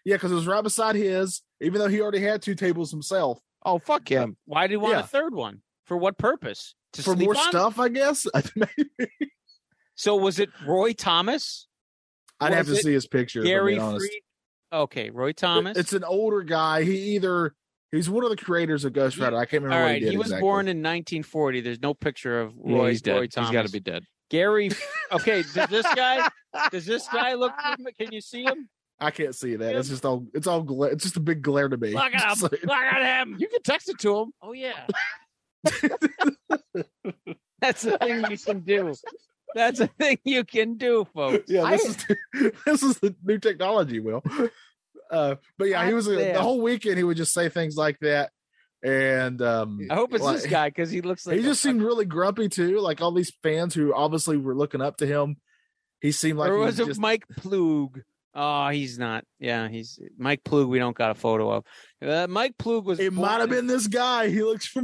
Speaker 3: yeah, because it was right beside his. Even though he already had two tables himself
Speaker 1: Oh fuck him!
Speaker 2: Why do you want
Speaker 3: Yeah.
Speaker 2: a third one? For what purpose? To
Speaker 3: for
Speaker 2: sleep
Speaker 3: more
Speaker 2: on?
Speaker 3: stuff, I guess. I'd
Speaker 2: So was it Roy Thomas?
Speaker 3: have to
Speaker 2: Was it
Speaker 3: see his picture. if I'm
Speaker 2: Gary
Speaker 3: being honest.
Speaker 2: Freed? Okay, Roy Thomas.
Speaker 3: It's an older guy. He either he's one of the creators of Ghost
Speaker 2: He-
Speaker 3: Rider. I can't remember
Speaker 2: all
Speaker 3: what
Speaker 2: right.
Speaker 3: he
Speaker 2: He,
Speaker 3: did.
Speaker 2: was
Speaker 3: exactly.
Speaker 2: born in 1940. There's no picture of
Speaker 1: Yeah,
Speaker 2: Roy.
Speaker 1: he's dead.
Speaker 2: Roy Thomas.
Speaker 1: He's got to be dead.
Speaker 2: Gary. Okay, does this guy? Does this guy look? Can you see him?
Speaker 3: I can't see that. It's just all it's all gla- it's just a big glare to me.
Speaker 2: Look at
Speaker 3: Just
Speaker 2: him!
Speaker 3: like-
Speaker 2: Look at him!
Speaker 1: You can text it to him.
Speaker 2: Oh yeah. That's a thing you can do. That's a thing you can do, folks.
Speaker 3: yeah, this is this is the new technology, Will. Uh, but yeah, he
Speaker 2: God
Speaker 3: was uh, the
Speaker 2: damn.
Speaker 3: whole weekend. He would just say things like that, and um,
Speaker 2: I hope it's
Speaker 3: like-
Speaker 2: this guy because he looks like
Speaker 3: he
Speaker 2: a
Speaker 3: just seemed really grumpy too. Like all these fans who obviously were looking up to him. He seemed like
Speaker 2: or
Speaker 3: he
Speaker 2: was it
Speaker 3: just,
Speaker 2: Mike Plug? Oh, he's not. Yeah, he's Mike Plug. We don't got a photo of. Uh, Mike Plug was.
Speaker 3: it might have
Speaker 2: born-
Speaker 3: been this guy. He looks familiar.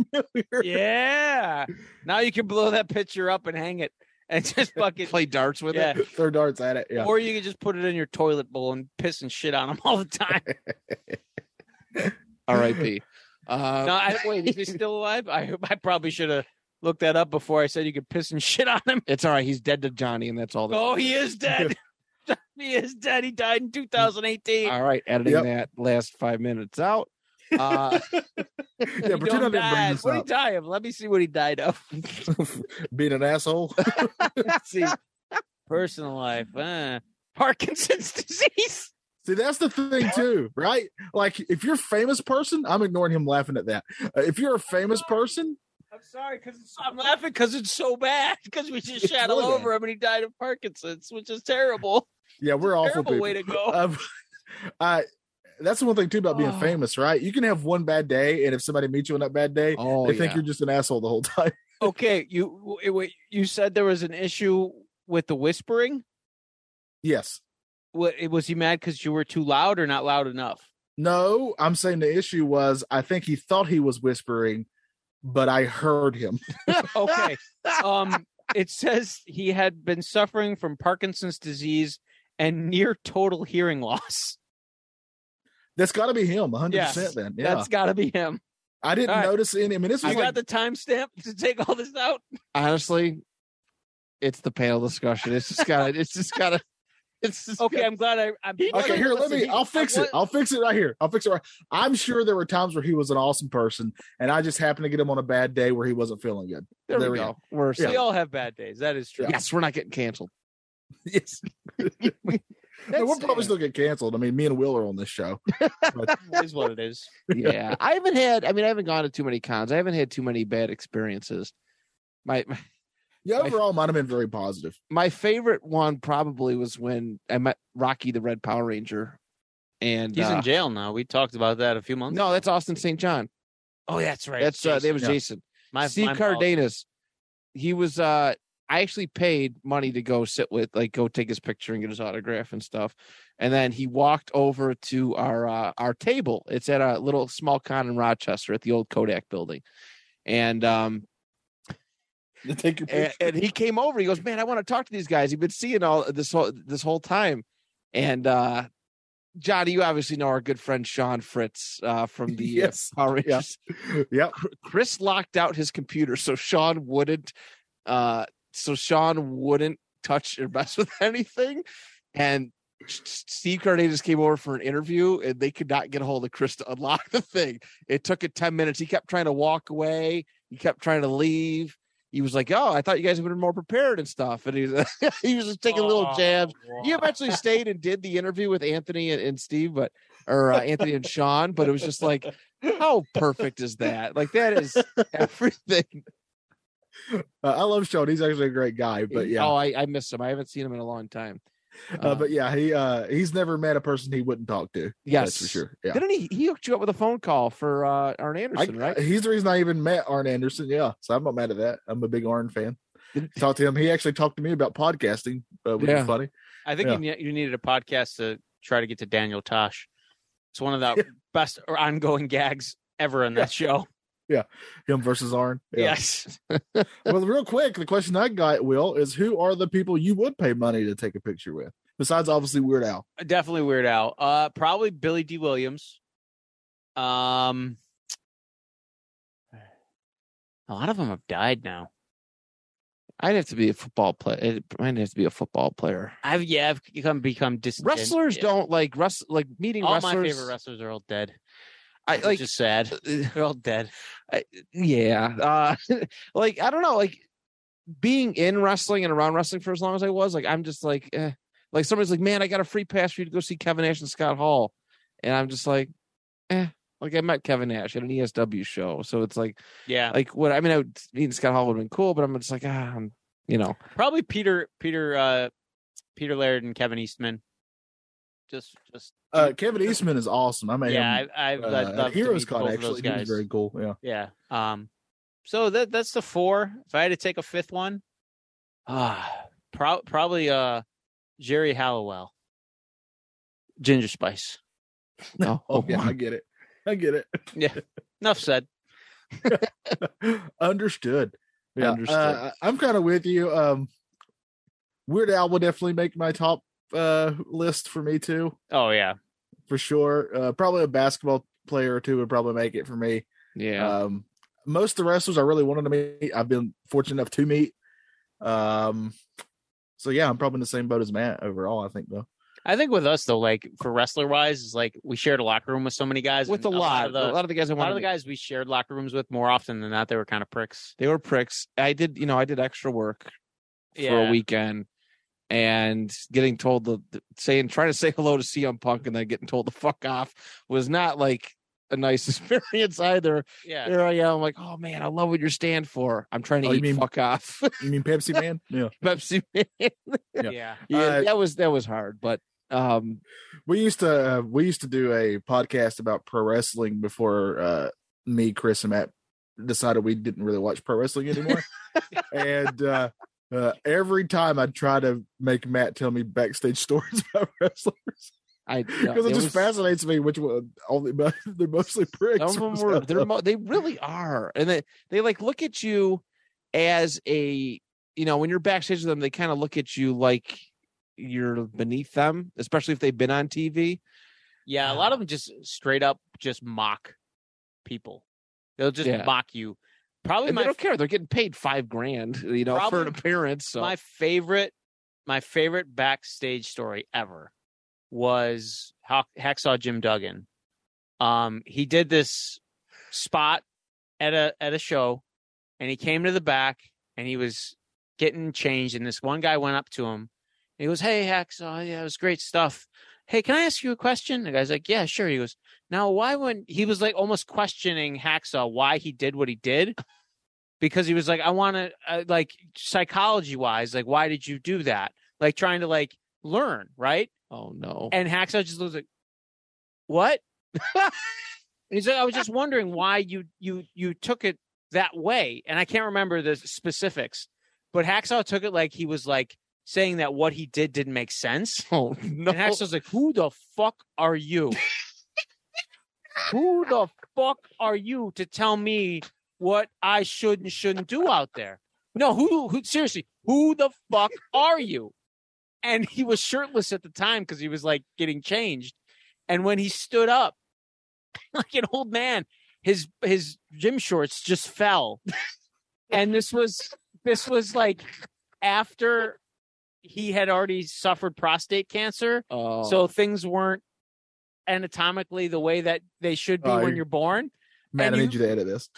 Speaker 2: Yeah. Now you can blow that picture up and hang it. and just fucking
Speaker 1: play darts with
Speaker 2: yeah.
Speaker 1: it.
Speaker 3: Throw darts at it. Yeah.
Speaker 2: Or you could just put it in your toilet bowl and piss and shit on them all the time.
Speaker 1: R.I.P. Uh,
Speaker 2: No, I, wait, is he still alive? I I probably should have looked that up before I said you could piss and shit on him.
Speaker 1: it's all right. He's dead to Johnny, and that's all. That
Speaker 2: Oh, he is dead. he is dead. He died in 2018.
Speaker 1: All right, editing
Speaker 3: Yep.
Speaker 1: that last five minutes out. Uh,
Speaker 3: yeah,
Speaker 2: He
Speaker 3: pretend I
Speaker 2: don't
Speaker 3: didn't
Speaker 2: die.
Speaker 3: bring this
Speaker 2: What did he
Speaker 3: up.
Speaker 2: die of? Let me see what he died of.
Speaker 3: Being an asshole.
Speaker 2: Let's see. Personal life. Uh, Parkinson's disease.
Speaker 3: See, that's the thing too, right? Like, if you're a famous person, I'm ignoring him laughing at that. Uh, if you're a famous person,
Speaker 2: I'm sorry because I'm laughing because it's so bad because we just
Speaker 3: It's
Speaker 2: shat all
Speaker 3: really bad.
Speaker 2: over him and he died of Parkinson's, which is terrible.
Speaker 3: yeah, we're awful
Speaker 2: terrible
Speaker 3: people.
Speaker 2: way to go.
Speaker 3: Um, I, that's the one thing too about being
Speaker 2: Oh.
Speaker 3: famous, right? You can have one bad day, and if somebody meets you on that bad day,
Speaker 1: oh,
Speaker 3: they think
Speaker 1: yeah.
Speaker 3: you're just an asshole the whole time.
Speaker 2: okay, you wait, wait, you said there was an issue with the whispering.
Speaker 3: yes.
Speaker 2: What was he mad because you were too loud or not loud enough?
Speaker 3: No, I'm saying the issue was I think he thought he was whispering, but I heard him.
Speaker 2: Okay. um, it says he had been suffering from Parkinson's disease and near total hearing loss.
Speaker 3: That's got to be him, 100.
Speaker 2: Yes,
Speaker 3: percent Then, yeah,
Speaker 2: That's got to be him.
Speaker 3: I didn't
Speaker 2: all right.
Speaker 3: notice any. I mean, this
Speaker 2: You
Speaker 3: was like
Speaker 2: got the timestamp to take all this out.
Speaker 1: honestly, it's the panel discussion. It's just gotta. It's just gotta. It's just
Speaker 2: Okay,
Speaker 1: gotta-
Speaker 2: I'm glad I. I'm
Speaker 6: He
Speaker 3: Okay,
Speaker 6: Okay,
Speaker 3: here, let
Speaker 6: listen,
Speaker 3: me.
Speaker 6: he-
Speaker 3: I'll fix it.
Speaker 2: what-
Speaker 3: I'll fix it right here. I'll fix it. Right. I'm sure there were times where he was an awesome person, and I just happened to get him on a bad day where he wasn't feeling good.
Speaker 1: there,
Speaker 3: there
Speaker 1: we
Speaker 3: we
Speaker 1: go. We're
Speaker 2: We
Speaker 1: set.
Speaker 2: all have bad days. That is true.
Speaker 1: yes, we're not getting canceled.
Speaker 3: Yes, and we'll probably still get canceled. I mean, me and Will are on this show.
Speaker 2: It is what it is.
Speaker 1: yeah i haven't had i mean i haven't gone to too many cons i haven't had too many bad experiences my my-
Speaker 3: Yeah,
Speaker 1: My-
Speaker 3: overall, mine have been very positive.
Speaker 1: my favorite one probably was when i met rocky the red power ranger and
Speaker 2: He's
Speaker 1: uh,
Speaker 2: in jail now. We talked about that a few months.
Speaker 1: no that's austin st john
Speaker 2: Oh, that's right.
Speaker 1: that's uh that was
Speaker 3: Yeah.
Speaker 1: jason
Speaker 2: my,
Speaker 1: steve
Speaker 2: my fault.
Speaker 1: cardenas he was uh i actually paid money to go sit with like go take his picture and get his autograph and stuff and then he walked over to our uh, our table it's at a little small con in rochester at the old kodak building and um
Speaker 3: Take your
Speaker 1: and, and he came over. He goes, "Man, I want to talk to these guys. He's been seeing all this whole this whole time." And uh Johnny, you obviously know our good friend Sean Fritz uh from the uh,
Speaker 3: Yes.
Speaker 1: Power
Speaker 3: Yeah.
Speaker 1: Rangers.
Speaker 3: Yep.
Speaker 1: Chris locked out his computer so Sean wouldn't uh so Sean wouldn't touch or mess with anything. And S- S- Steve Cardenas came over for an interview and they could not get a hold of Chris to unlock the thing. It took it 10 minutes. He kept trying to walk away. He kept trying to leave. He was like, Oh, I thought you guys would have been more prepared and stuff. And he was, he was just taking little
Speaker 2: Oh,
Speaker 1: jabs
Speaker 2: wow.
Speaker 1: you eventually stayed and did the interview with Anthony and, and Steve, but or uh, Anthony and Sean, but it was just like, how perfect is that? Like that is everything.
Speaker 3: Uh, I love Sean. He's actually a great guy, but yeah,
Speaker 1: Oh, I, I miss him. I haven't seen him in a long time.
Speaker 3: uh, but yeah, he uh, he's never met a person he wouldn't talk to.
Speaker 1: yes,
Speaker 3: That's for sure. Yeah.
Speaker 1: Didn't he? He hooked you up with a phone call for uh, Arn Anderson,
Speaker 3: I-
Speaker 1: right?
Speaker 3: He's the reason I even met Arn Anderson. Yeah, so I'm not mad at that. I'm a big Arn fan.
Speaker 1: Did-
Speaker 3: Talked to him. He actually talked to me about podcasting, uh, which
Speaker 1: Yeah.
Speaker 3: is funny.
Speaker 2: I think you, ne- you needed a podcast to try to get to Daniel Tosh. It's one of the
Speaker 3: Yeah.
Speaker 2: best or ongoing gags ever on that show.
Speaker 3: Him versus Arn.
Speaker 2: Yes.
Speaker 3: well, real quick, the question I got, Will, is who are the people you would pay money to take a picture with? Besides, obviously, Weird Al.
Speaker 2: Definitely Weird Al. Uh, probably Billy D. Williams. Um, a lot of them have died now.
Speaker 1: I'd have to be a football player. I'd have to be a football player.
Speaker 2: I've yeah, I've become become disengaged.
Speaker 1: Wrestlers don't like wrest like meeting
Speaker 2: All
Speaker 1: wrestlers.
Speaker 2: my favorite wrestlers are all dead.
Speaker 1: I
Speaker 2: It's
Speaker 1: like uh,
Speaker 2: just sad. They're all dead.
Speaker 1: yeah uh like i don't know like being in wrestling and around wrestling for as long as i was like i'm just like eh. like somebody's like man i got a free pass for you to go see kevin nash and scott hall and i'm just like eh like i met kevin nash at an esw show so it's like
Speaker 2: Yeah,
Speaker 1: like what i mean i would meeting scott hall would have been cool but i'm just like ah I'm, you know
Speaker 2: probably Peter Peter uh Peter Laird and Kevin Eastman. Just just
Speaker 3: Uh, Kevin Eastman is awesome. I mean,
Speaker 2: yeah, I, I've
Speaker 3: uh,
Speaker 2: I'd
Speaker 3: at
Speaker 2: love to
Speaker 3: Heroes
Speaker 2: meet
Speaker 3: Con
Speaker 2: both of
Speaker 3: actually.
Speaker 2: those
Speaker 3: He was
Speaker 2: guys.
Speaker 3: very cool. Yeah.
Speaker 2: Yeah. Um. So that that's the four. If I had to take a fifth one, ah, pro- probably uh, Jerry Hallowell, Ginger Spice.
Speaker 1: no
Speaker 3: Oh, yeah, I get it. I get it.
Speaker 2: Enough said.
Speaker 3: Understood. Yeah,
Speaker 1: Understood.
Speaker 2: uh,
Speaker 3: uh, I- I'm kind of with you. Um, Weird Al would definitely make my top uh list for me too,
Speaker 2: Oh yeah.
Speaker 3: for sure. Uh, probably a basketball player or two would probably make it for me.
Speaker 1: Yeah.
Speaker 3: Um, most of the wrestlers I really wanted to meet, I've been fortunate enough to meet. Um, so yeah, I'm probably in the same boat as Matt overall. I think though.
Speaker 2: I think with us though, like for wrestler wise, is like we shared a locker room with so many guys.
Speaker 1: with a
Speaker 2: and
Speaker 1: lot,
Speaker 2: uh, of
Speaker 1: a
Speaker 2: the,
Speaker 1: lot of the guys I
Speaker 2: a
Speaker 1: wanted.
Speaker 2: lot of the
Speaker 1: to meet,
Speaker 2: guys we shared locker rooms with more often than not, they were kind of pricks.
Speaker 1: They were pricks. I did, you know, I did extra work for a weekend, and getting told the, the- saying trying to say hello to CM Punk and then getting told to fuck off was not like a nice experience either.
Speaker 2: Yeah.
Speaker 1: Here I am, like, oh man, I love what you stand for. I'm trying to
Speaker 3: Oh, you
Speaker 1: eat
Speaker 3: mean-
Speaker 1: fuck off
Speaker 3: You mean Pepsi Man? yeah.
Speaker 1: Pepsi. Man.
Speaker 2: Yeah.
Speaker 3: Yeah.
Speaker 2: yeah.
Speaker 1: yeah,
Speaker 3: Uh,
Speaker 1: that was that was hard, but um,
Speaker 3: we used to uh, we used to do a podcast about pro wrestling before uh me chris and matt decided we didn't really watch pro wrestling anymore and uh uh, every time I try to make Matt tell me backstage stories about wrestlers
Speaker 1: I
Speaker 3: because it, just
Speaker 1: was-
Speaker 3: fascinates me which one only but they're mostly pricks.
Speaker 1: Some of them
Speaker 3: So,
Speaker 1: were they're mo- they really are, and they they like look at you as a you know when you're backstage with them, they kind of look at you like you're beneath them, especially if they've been on TV.
Speaker 2: A lot of them just straight up just mock people. They'll just
Speaker 1: Yeah.
Speaker 2: mock you. Probably
Speaker 1: And they
Speaker 2: my
Speaker 1: don't care; they're getting paid five grand, you know, for an
Speaker 2: Probably
Speaker 1: appearance. So
Speaker 2: my favorite my favorite backstage story ever was Hack- hacksaw jim duggan um he did this spot at a at a show and he came to the back and he was getting changed and this one guy went up to him and he goes hey hacksaw yeah it was great stuff hey can i ask you a question the guy's like yeah sure he goes now why wouldn't he was like almost questioning hacksaw why he did what he did because he was like, I want to, uh, like, psychology wise, like, why did you do that? Like, trying to like learn, right?
Speaker 1: oh no,
Speaker 2: And Hacksaw just looks like, what? And he's like, I was just wondering why you you you took it that way, and I can't remember the specifics, but Hacksaw took it like he was like saying that what he did didn't make sense.
Speaker 1: oh no,
Speaker 2: And Hacksaw's like, "Who the fuck are you? Who the fuck are you to tell me what I should and shouldn't do out there? No, who, who? Seriously, who the fuck are you?" And he was shirtless at the time because he was like getting changed. And when he stood up, like an old man, his his gym shorts just fell. and this was this was like after he had already suffered prostate cancer
Speaker 1: oh,
Speaker 2: so things weren't anatomically the way that they should be
Speaker 3: Oh,
Speaker 2: when
Speaker 3: you-
Speaker 2: you're born.
Speaker 3: Matt,
Speaker 2: and
Speaker 3: I need you to edit this.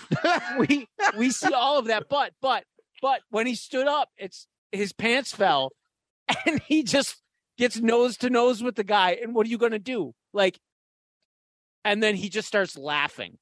Speaker 2: We we see all of that, but but but when he stood up, it's his pants fell, and he just gets nose to nose with the guy. And what are you gonna do? Like, and then he just starts laughing.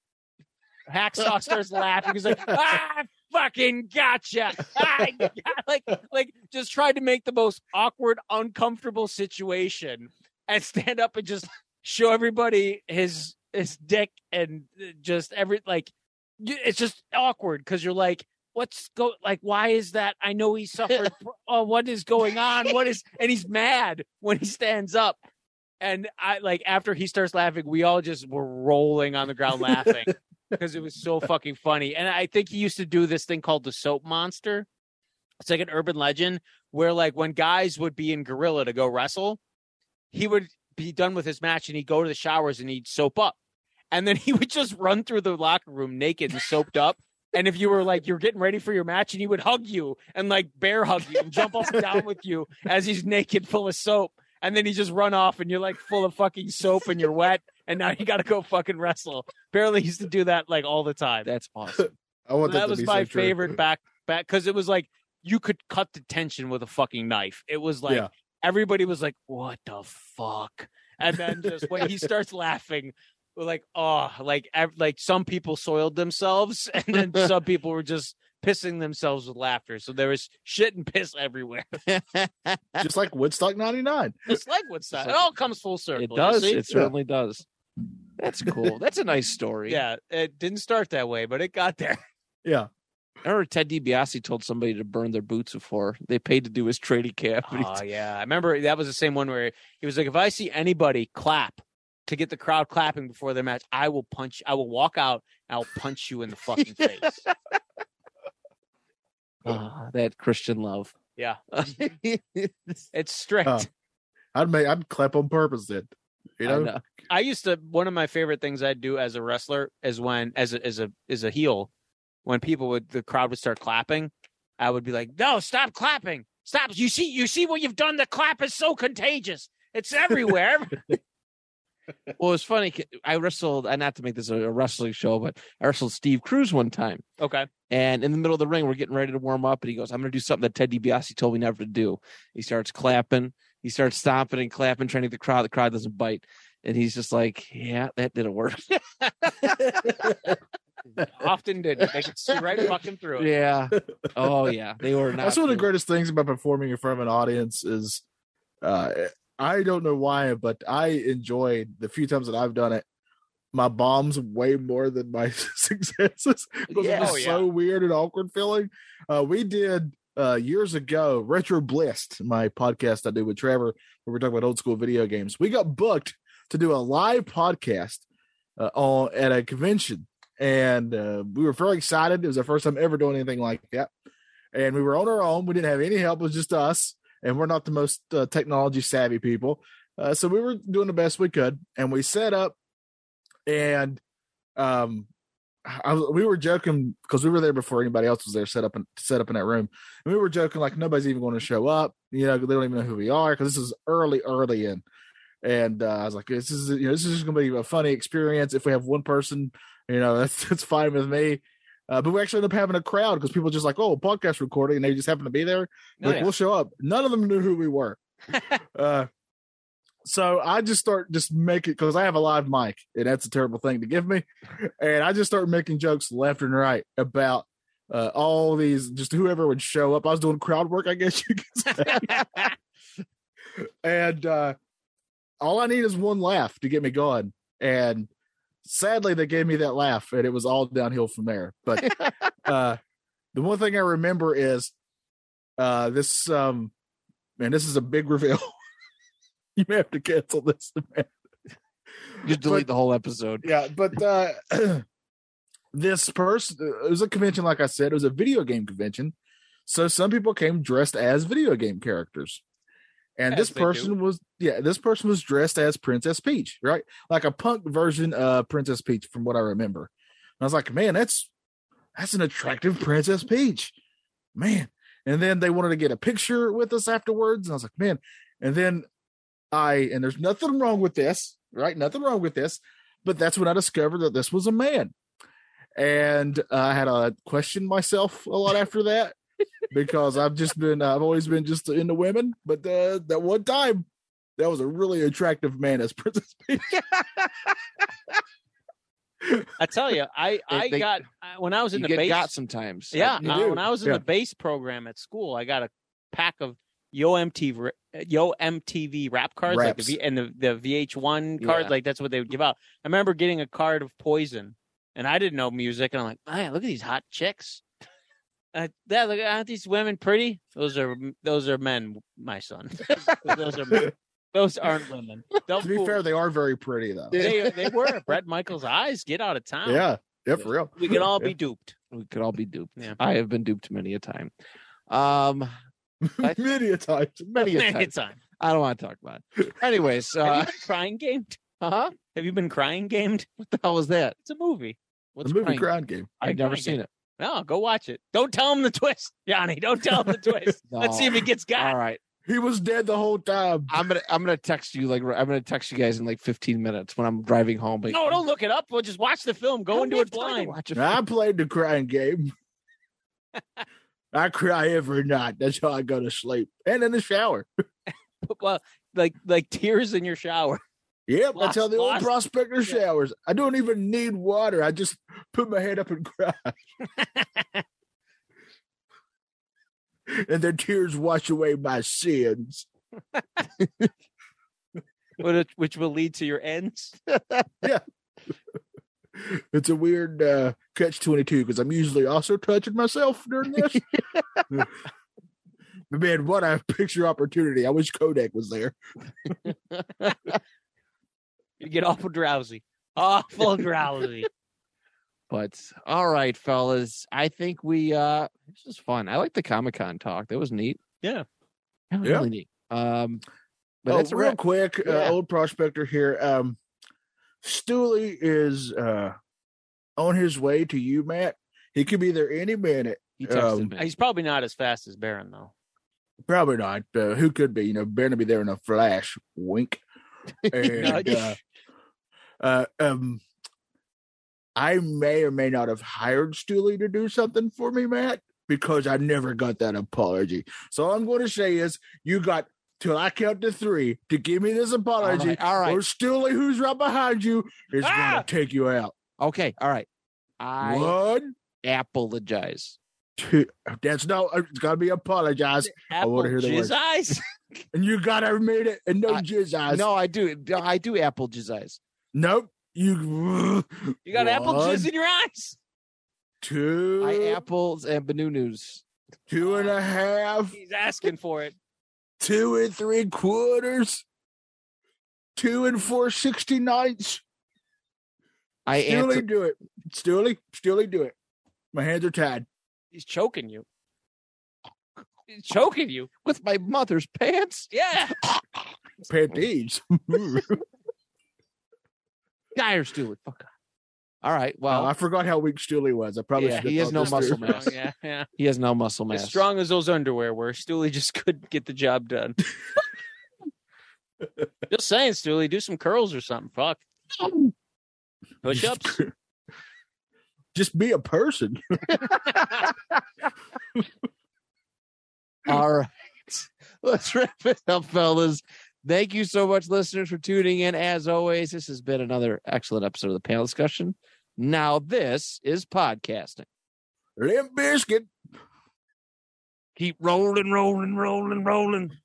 Speaker 2: Hacksaw starts laughing. He's like, "I fucking gotcha!" I got, like, like just tried to make the most awkward, uncomfortable situation and stand up and just show everybody his his dick and just every like y- it's just awkward because you're like what's go like why is that i know he suffered oh what is going on what is and he's mad when he stands up and i like after he starts laughing we all just were rolling on the ground laughing because it was so fucking funny and i think he used to do this thing called the soap monster it's like an urban legend where like when guys would be in gorilla to go wrestle he would be done with his match and he'd go to the showers and he'd soap up. And then he would just run through the locker room naked and soaped up. And if you were like you're getting ready for your match, and he would hug you and like bear hug you and jump up and down with you as he's naked, full of soap, and then he just run off, and you're like full of fucking soap and you're wet, and now you got to go fucking wrestle. Barely used to do that like all the time.
Speaker 1: that's awesome.
Speaker 3: I want that,
Speaker 2: that
Speaker 3: to
Speaker 2: was
Speaker 3: be so
Speaker 2: my
Speaker 3: true.
Speaker 2: favorite back back because it was like you could cut the tension with a fucking knife. It was like
Speaker 3: Yeah.
Speaker 2: everybody was like, "What the fuck?" And then just when he starts laughing, we're like, "Oh, like ev- like some people soiled themselves, and then some people were just pissing themselves with laughter." So there was shit and piss everywhere.
Speaker 3: Just like Woodstock 99.
Speaker 2: It's like what's that? It
Speaker 1: like-
Speaker 2: all comes full circle.
Speaker 1: It
Speaker 2: you
Speaker 1: does.
Speaker 2: see?
Speaker 1: It certainly does. That's cool. That's a nice story.
Speaker 2: yeah, it didn't start that way, but it got there.
Speaker 3: Yeah.
Speaker 1: I remember Ted DiBiase told somebody to burn their boots before they paid to do his training camp. and he
Speaker 2: Oh yeah, I remember that was the same one where he was like, "If I see anybody clap to get the crowd clapping before their match, I will punch. I will walk out. and I'll punch you in the fucking face."
Speaker 1: Ah, that Christian love.
Speaker 2: Uh-huh. Yeah. It's strict.
Speaker 3: Oh. I'd make I'd clap on purpose then. You know,
Speaker 1: I know.
Speaker 2: I used to one of my favorite things I'd do as a wrestler is when as a as a as a heel, when people would the crowd would start clapping, I would be like, No, stop clapping. Stop. You see, you see what you've done? The clap is so contagious. It's everywhere.
Speaker 1: Well, it's funny. 'cause I wrestled, and not to make this a a wrestling show, but I wrestled Steve Cruz one time.
Speaker 2: okay.
Speaker 1: And in the middle of the ring, we're getting ready to warm up, and he goes, "I'm going to do something that Ted DiBiase told me never to do." He starts clapping, he starts stomping and clapping, trying to get the crowd. The crowd doesn't bite, and he's just like, "Yeah, that didn't work."
Speaker 2: Often didn't. They could see right fucking through it.
Speaker 1: yeah. Oh yeah, they were not.
Speaker 3: that's one of the
Speaker 1: cool.
Speaker 3: greatest things about performing in front of an audience is uh I don't know why, but I enjoy the few times that I've done it. My bombs way more than my successes because
Speaker 1: Yeah.
Speaker 3: it was
Speaker 2: Oh, yeah.
Speaker 3: so weird and awkward feeling. Uh, we did uh, years ago Retro Blist, my podcast I do with Trevor, where we're talking about old school video games. We got booked to do a live podcast uh, on at a convention, and uh, we were very excited. It was our first time ever doing anything like that, and we were on our own. We didn't have any help; it was just us, and we're not the most uh, technology savvy people. Uh, so we were doing the best we could, and we set up, and um, I was, we were joking because we were there before anybody else was there set up and set up in that room. And we were joking like nobody's even going to show up. You know, they don't even know who we are because this is early, early in. And uh, I was like, this is you know this is just going to be a funny experience. If we have one person, you know, that's that's fine with me. Uh, but we actually end up having a crowd because people just like, oh, podcast recording, and they just happen to be there. like,
Speaker 2: yeah.
Speaker 3: we'll show up. None of them knew who we were. uh, so I just start just making because I have a live mic, and that's a terrible thing to give me and I just started making jokes left and right about uh, all these just whoever would show up. I was doing crowd work, I guess you could say. and uh, all I need is one laugh to get me going. And sadly, they gave me that laugh, and it was all downhill from there. But uh, the one thing I remember is uh, this, um, man, this is a big reveal. you may have to cancel this. Man.
Speaker 1: Just delete the whole episode.
Speaker 3: Yeah, but uh this person it was a convention, like I said, it was a video game convention. So some people came dressed as video game characters. And
Speaker 2: As
Speaker 3: this
Speaker 2: they do.
Speaker 3: person was yeah, this person was dressed as Princess Peach, right? Like a punk version of Princess Peach, from what I remember. And I was like, man, that's that's an attractive Princess Peach. Man. And then they wanted to get a picture with us afterwards. And I was like, man. And then I, and there's nothing wrong with this, right? Nothing wrong with this. But that's when I discovered that this was a man. And uh, I had to question myself a lot after that because I've just been, I've always been just into women. But uh, that one time, that was a really attractive man as Princess Peach.
Speaker 2: I tell you, I I
Speaker 1: they-
Speaker 2: got I- when I was in
Speaker 1: You
Speaker 2: the
Speaker 1: get
Speaker 2: base.
Speaker 1: got sometimes.
Speaker 2: yeah,
Speaker 3: You
Speaker 2: uh,
Speaker 3: do.
Speaker 2: when I was in
Speaker 3: Yeah.
Speaker 2: the base program at school, I got a pack of Yo MTV ra- Yo MTV rap cards, like the
Speaker 3: Raps.
Speaker 2: v, and the the VH1 card,
Speaker 1: Yeah.
Speaker 2: like that's what they would give out. I remember getting a card of Poison, and I didn't know music, and I'm like, man, look at these hot chicks. Uh, that look, aren't these women pretty? Those are those are men, my son. those are men. those aren't women. Don't
Speaker 3: to be
Speaker 2: fool-
Speaker 3: fair, they are very pretty though.
Speaker 2: they, they were Brett Michaels' eyes. Get out of town.
Speaker 3: Yeah. Yeah, for real.
Speaker 2: we can all be duped.
Speaker 1: we could all be duped.
Speaker 2: Yeah.
Speaker 1: I have been duped many a time. Um, I-
Speaker 3: many a times.
Speaker 1: many a time.
Speaker 2: It's time.
Speaker 1: I don't want to talk about. It. Anyways,
Speaker 2: Have
Speaker 1: uh,
Speaker 2: you been crying gamed?
Speaker 1: huh?
Speaker 2: Have you been crying gamed?
Speaker 1: What the hell was that?
Speaker 2: It's a movie.
Speaker 1: What's
Speaker 3: the movie
Speaker 1: crying?
Speaker 3: Crown Game.
Speaker 1: I've never seen it.
Speaker 2: No, go watch it. Don't tell him the twist, Johnny. Don't tell him the twist. Let's see if he gets got.
Speaker 1: Oh, All right,
Speaker 3: He was dead the whole time.
Speaker 1: I'm gonna I'm gonna text you like I'm gonna text you guys in like 15 minutes when I'm driving home. Like,
Speaker 2: No, don't look it up. We'll just watch the film.
Speaker 1: I
Speaker 2: Go
Speaker 1: don't
Speaker 2: into
Speaker 1: have
Speaker 2: it
Speaker 1: time to
Speaker 2: blind.
Speaker 1: watch a
Speaker 3: I played the crying game. I cry every night. That's how I go to sleep. And in the shower.
Speaker 2: Well, like like tears in your shower.
Speaker 3: Yep,
Speaker 2: Lost-
Speaker 3: that's how the old
Speaker 2: lost-
Speaker 3: prospector
Speaker 2: yeah.
Speaker 3: showers. I don't even need water. I just put my head up and cry. and their tears wash away my sins.
Speaker 2: Which which will lead to your ends.
Speaker 3: It's a weird uh, catch 22 because I'm usually also touching myself during this. But Man, what a picture opportunity. I wish Kodak was there.
Speaker 2: You get awful drowsy. Awful drowsy.
Speaker 1: But all right, fellas, I think we uh this is fun. I like the Comic Con talk. That was neat. That was
Speaker 3: Yeah.
Speaker 1: really neat. Um, but
Speaker 3: oh,
Speaker 1: that's a
Speaker 3: real
Speaker 1: wrap.
Speaker 3: quick,
Speaker 1: Yeah.
Speaker 3: uh, old prospector here. Um, Stooley is uh, on his way to you, Matt. He could be there any minute.
Speaker 1: He texted
Speaker 3: um,
Speaker 1: me.
Speaker 2: He's probably not as fast as Baron though.
Speaker 3: Probably not. Uh, who could be? You know, better be there in a flash. Wink. And, uh, uh, um, I may or may not have hired Stooley to do something for me, Matt, because I never got that apology. So all I'm going to say is, you got till I count to three to give me this
Speaker 1: all
Speaker 3: apology.
Speaker 1: right, all right.
Speaker 3: Or Stooley, who's right behind you, is
Speaker 2: Ah!
Speaker 3: going to take you out.
Speaker 1: okay, all right. I
Speaker 3: One,
Speaker 1: apologize.
Speaker 3: two. That's no. uh, It's got to be apologized,
Speaker 2: Apple
Speaker 3: wanna hear the
Speaker 2: jizz
Speaker 3: words.
Speaker 2: eyes.
Speaker 3: and you got to admit it. And no
Speaker 1: I-
Speaker 3: jizz eyes.
Speaker 1: No, I do. I do apologize.
Speaker 3: Nope. You.
Speaker 2: You got apple
Speaker 3: One,
Speaker 2: jizz in your eyes.
Speaker 3: Two.
Speaker 1: I apples and banunus.
Speaker 3: two and a half.
Speaker 2: He's asking for it.
Speaker 3: Two and three quarters. Two and four sixty ninths.
Speaker 1: I
Speaker 3: Stooley,
Speaker 1: answer.
Speaker 3: do it. Stooley, Stooley, do it. My hands are tied.
Speaker 2: He's choking you. He's choking you.
Speaker 1: with my mother's pants.
Speaker 2: Yeah.
Speaker 3: Panties.
Speaker 1: Dire Stewart. Fuck off. All right.
Speaker 3: Well,
Speaker 1: Well,
Speaker 3: I forgot how weak Stooley was. I probably
Speaker 1: Yeah,
Speaker 3: should've
Speaker 1: he has
Speaker 3: thought
Speaker 1: no
Speaker 3: this
Speaker 1: muscle
Speaker 3: through.
Speaker 1: mass. Yes.
Speaker 2: yeah, yeah.
Speaker 1: he has no muscle mass.
Speaker 2: As strong as those underwear were, Stooley just couldn't get the job done. just saying, Stooley, do some curls or something. Fuck. Push ups.
Speaker 3: Just be a person.
Speaker 1: All right. Let's wrap it up, fellas. Thank you so much, listeners, for tuning in. As always, this has been another excellent episode of the panel discussion. Now, this is podcasting.
Speaker 3: Limp biscuit.
Speaker 1: Keep rolling, rolling, rolling, rolling.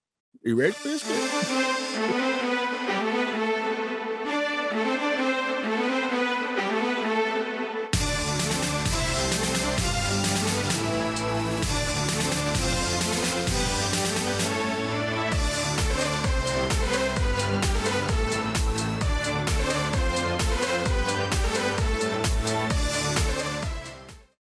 Speaker 3: You ready for this?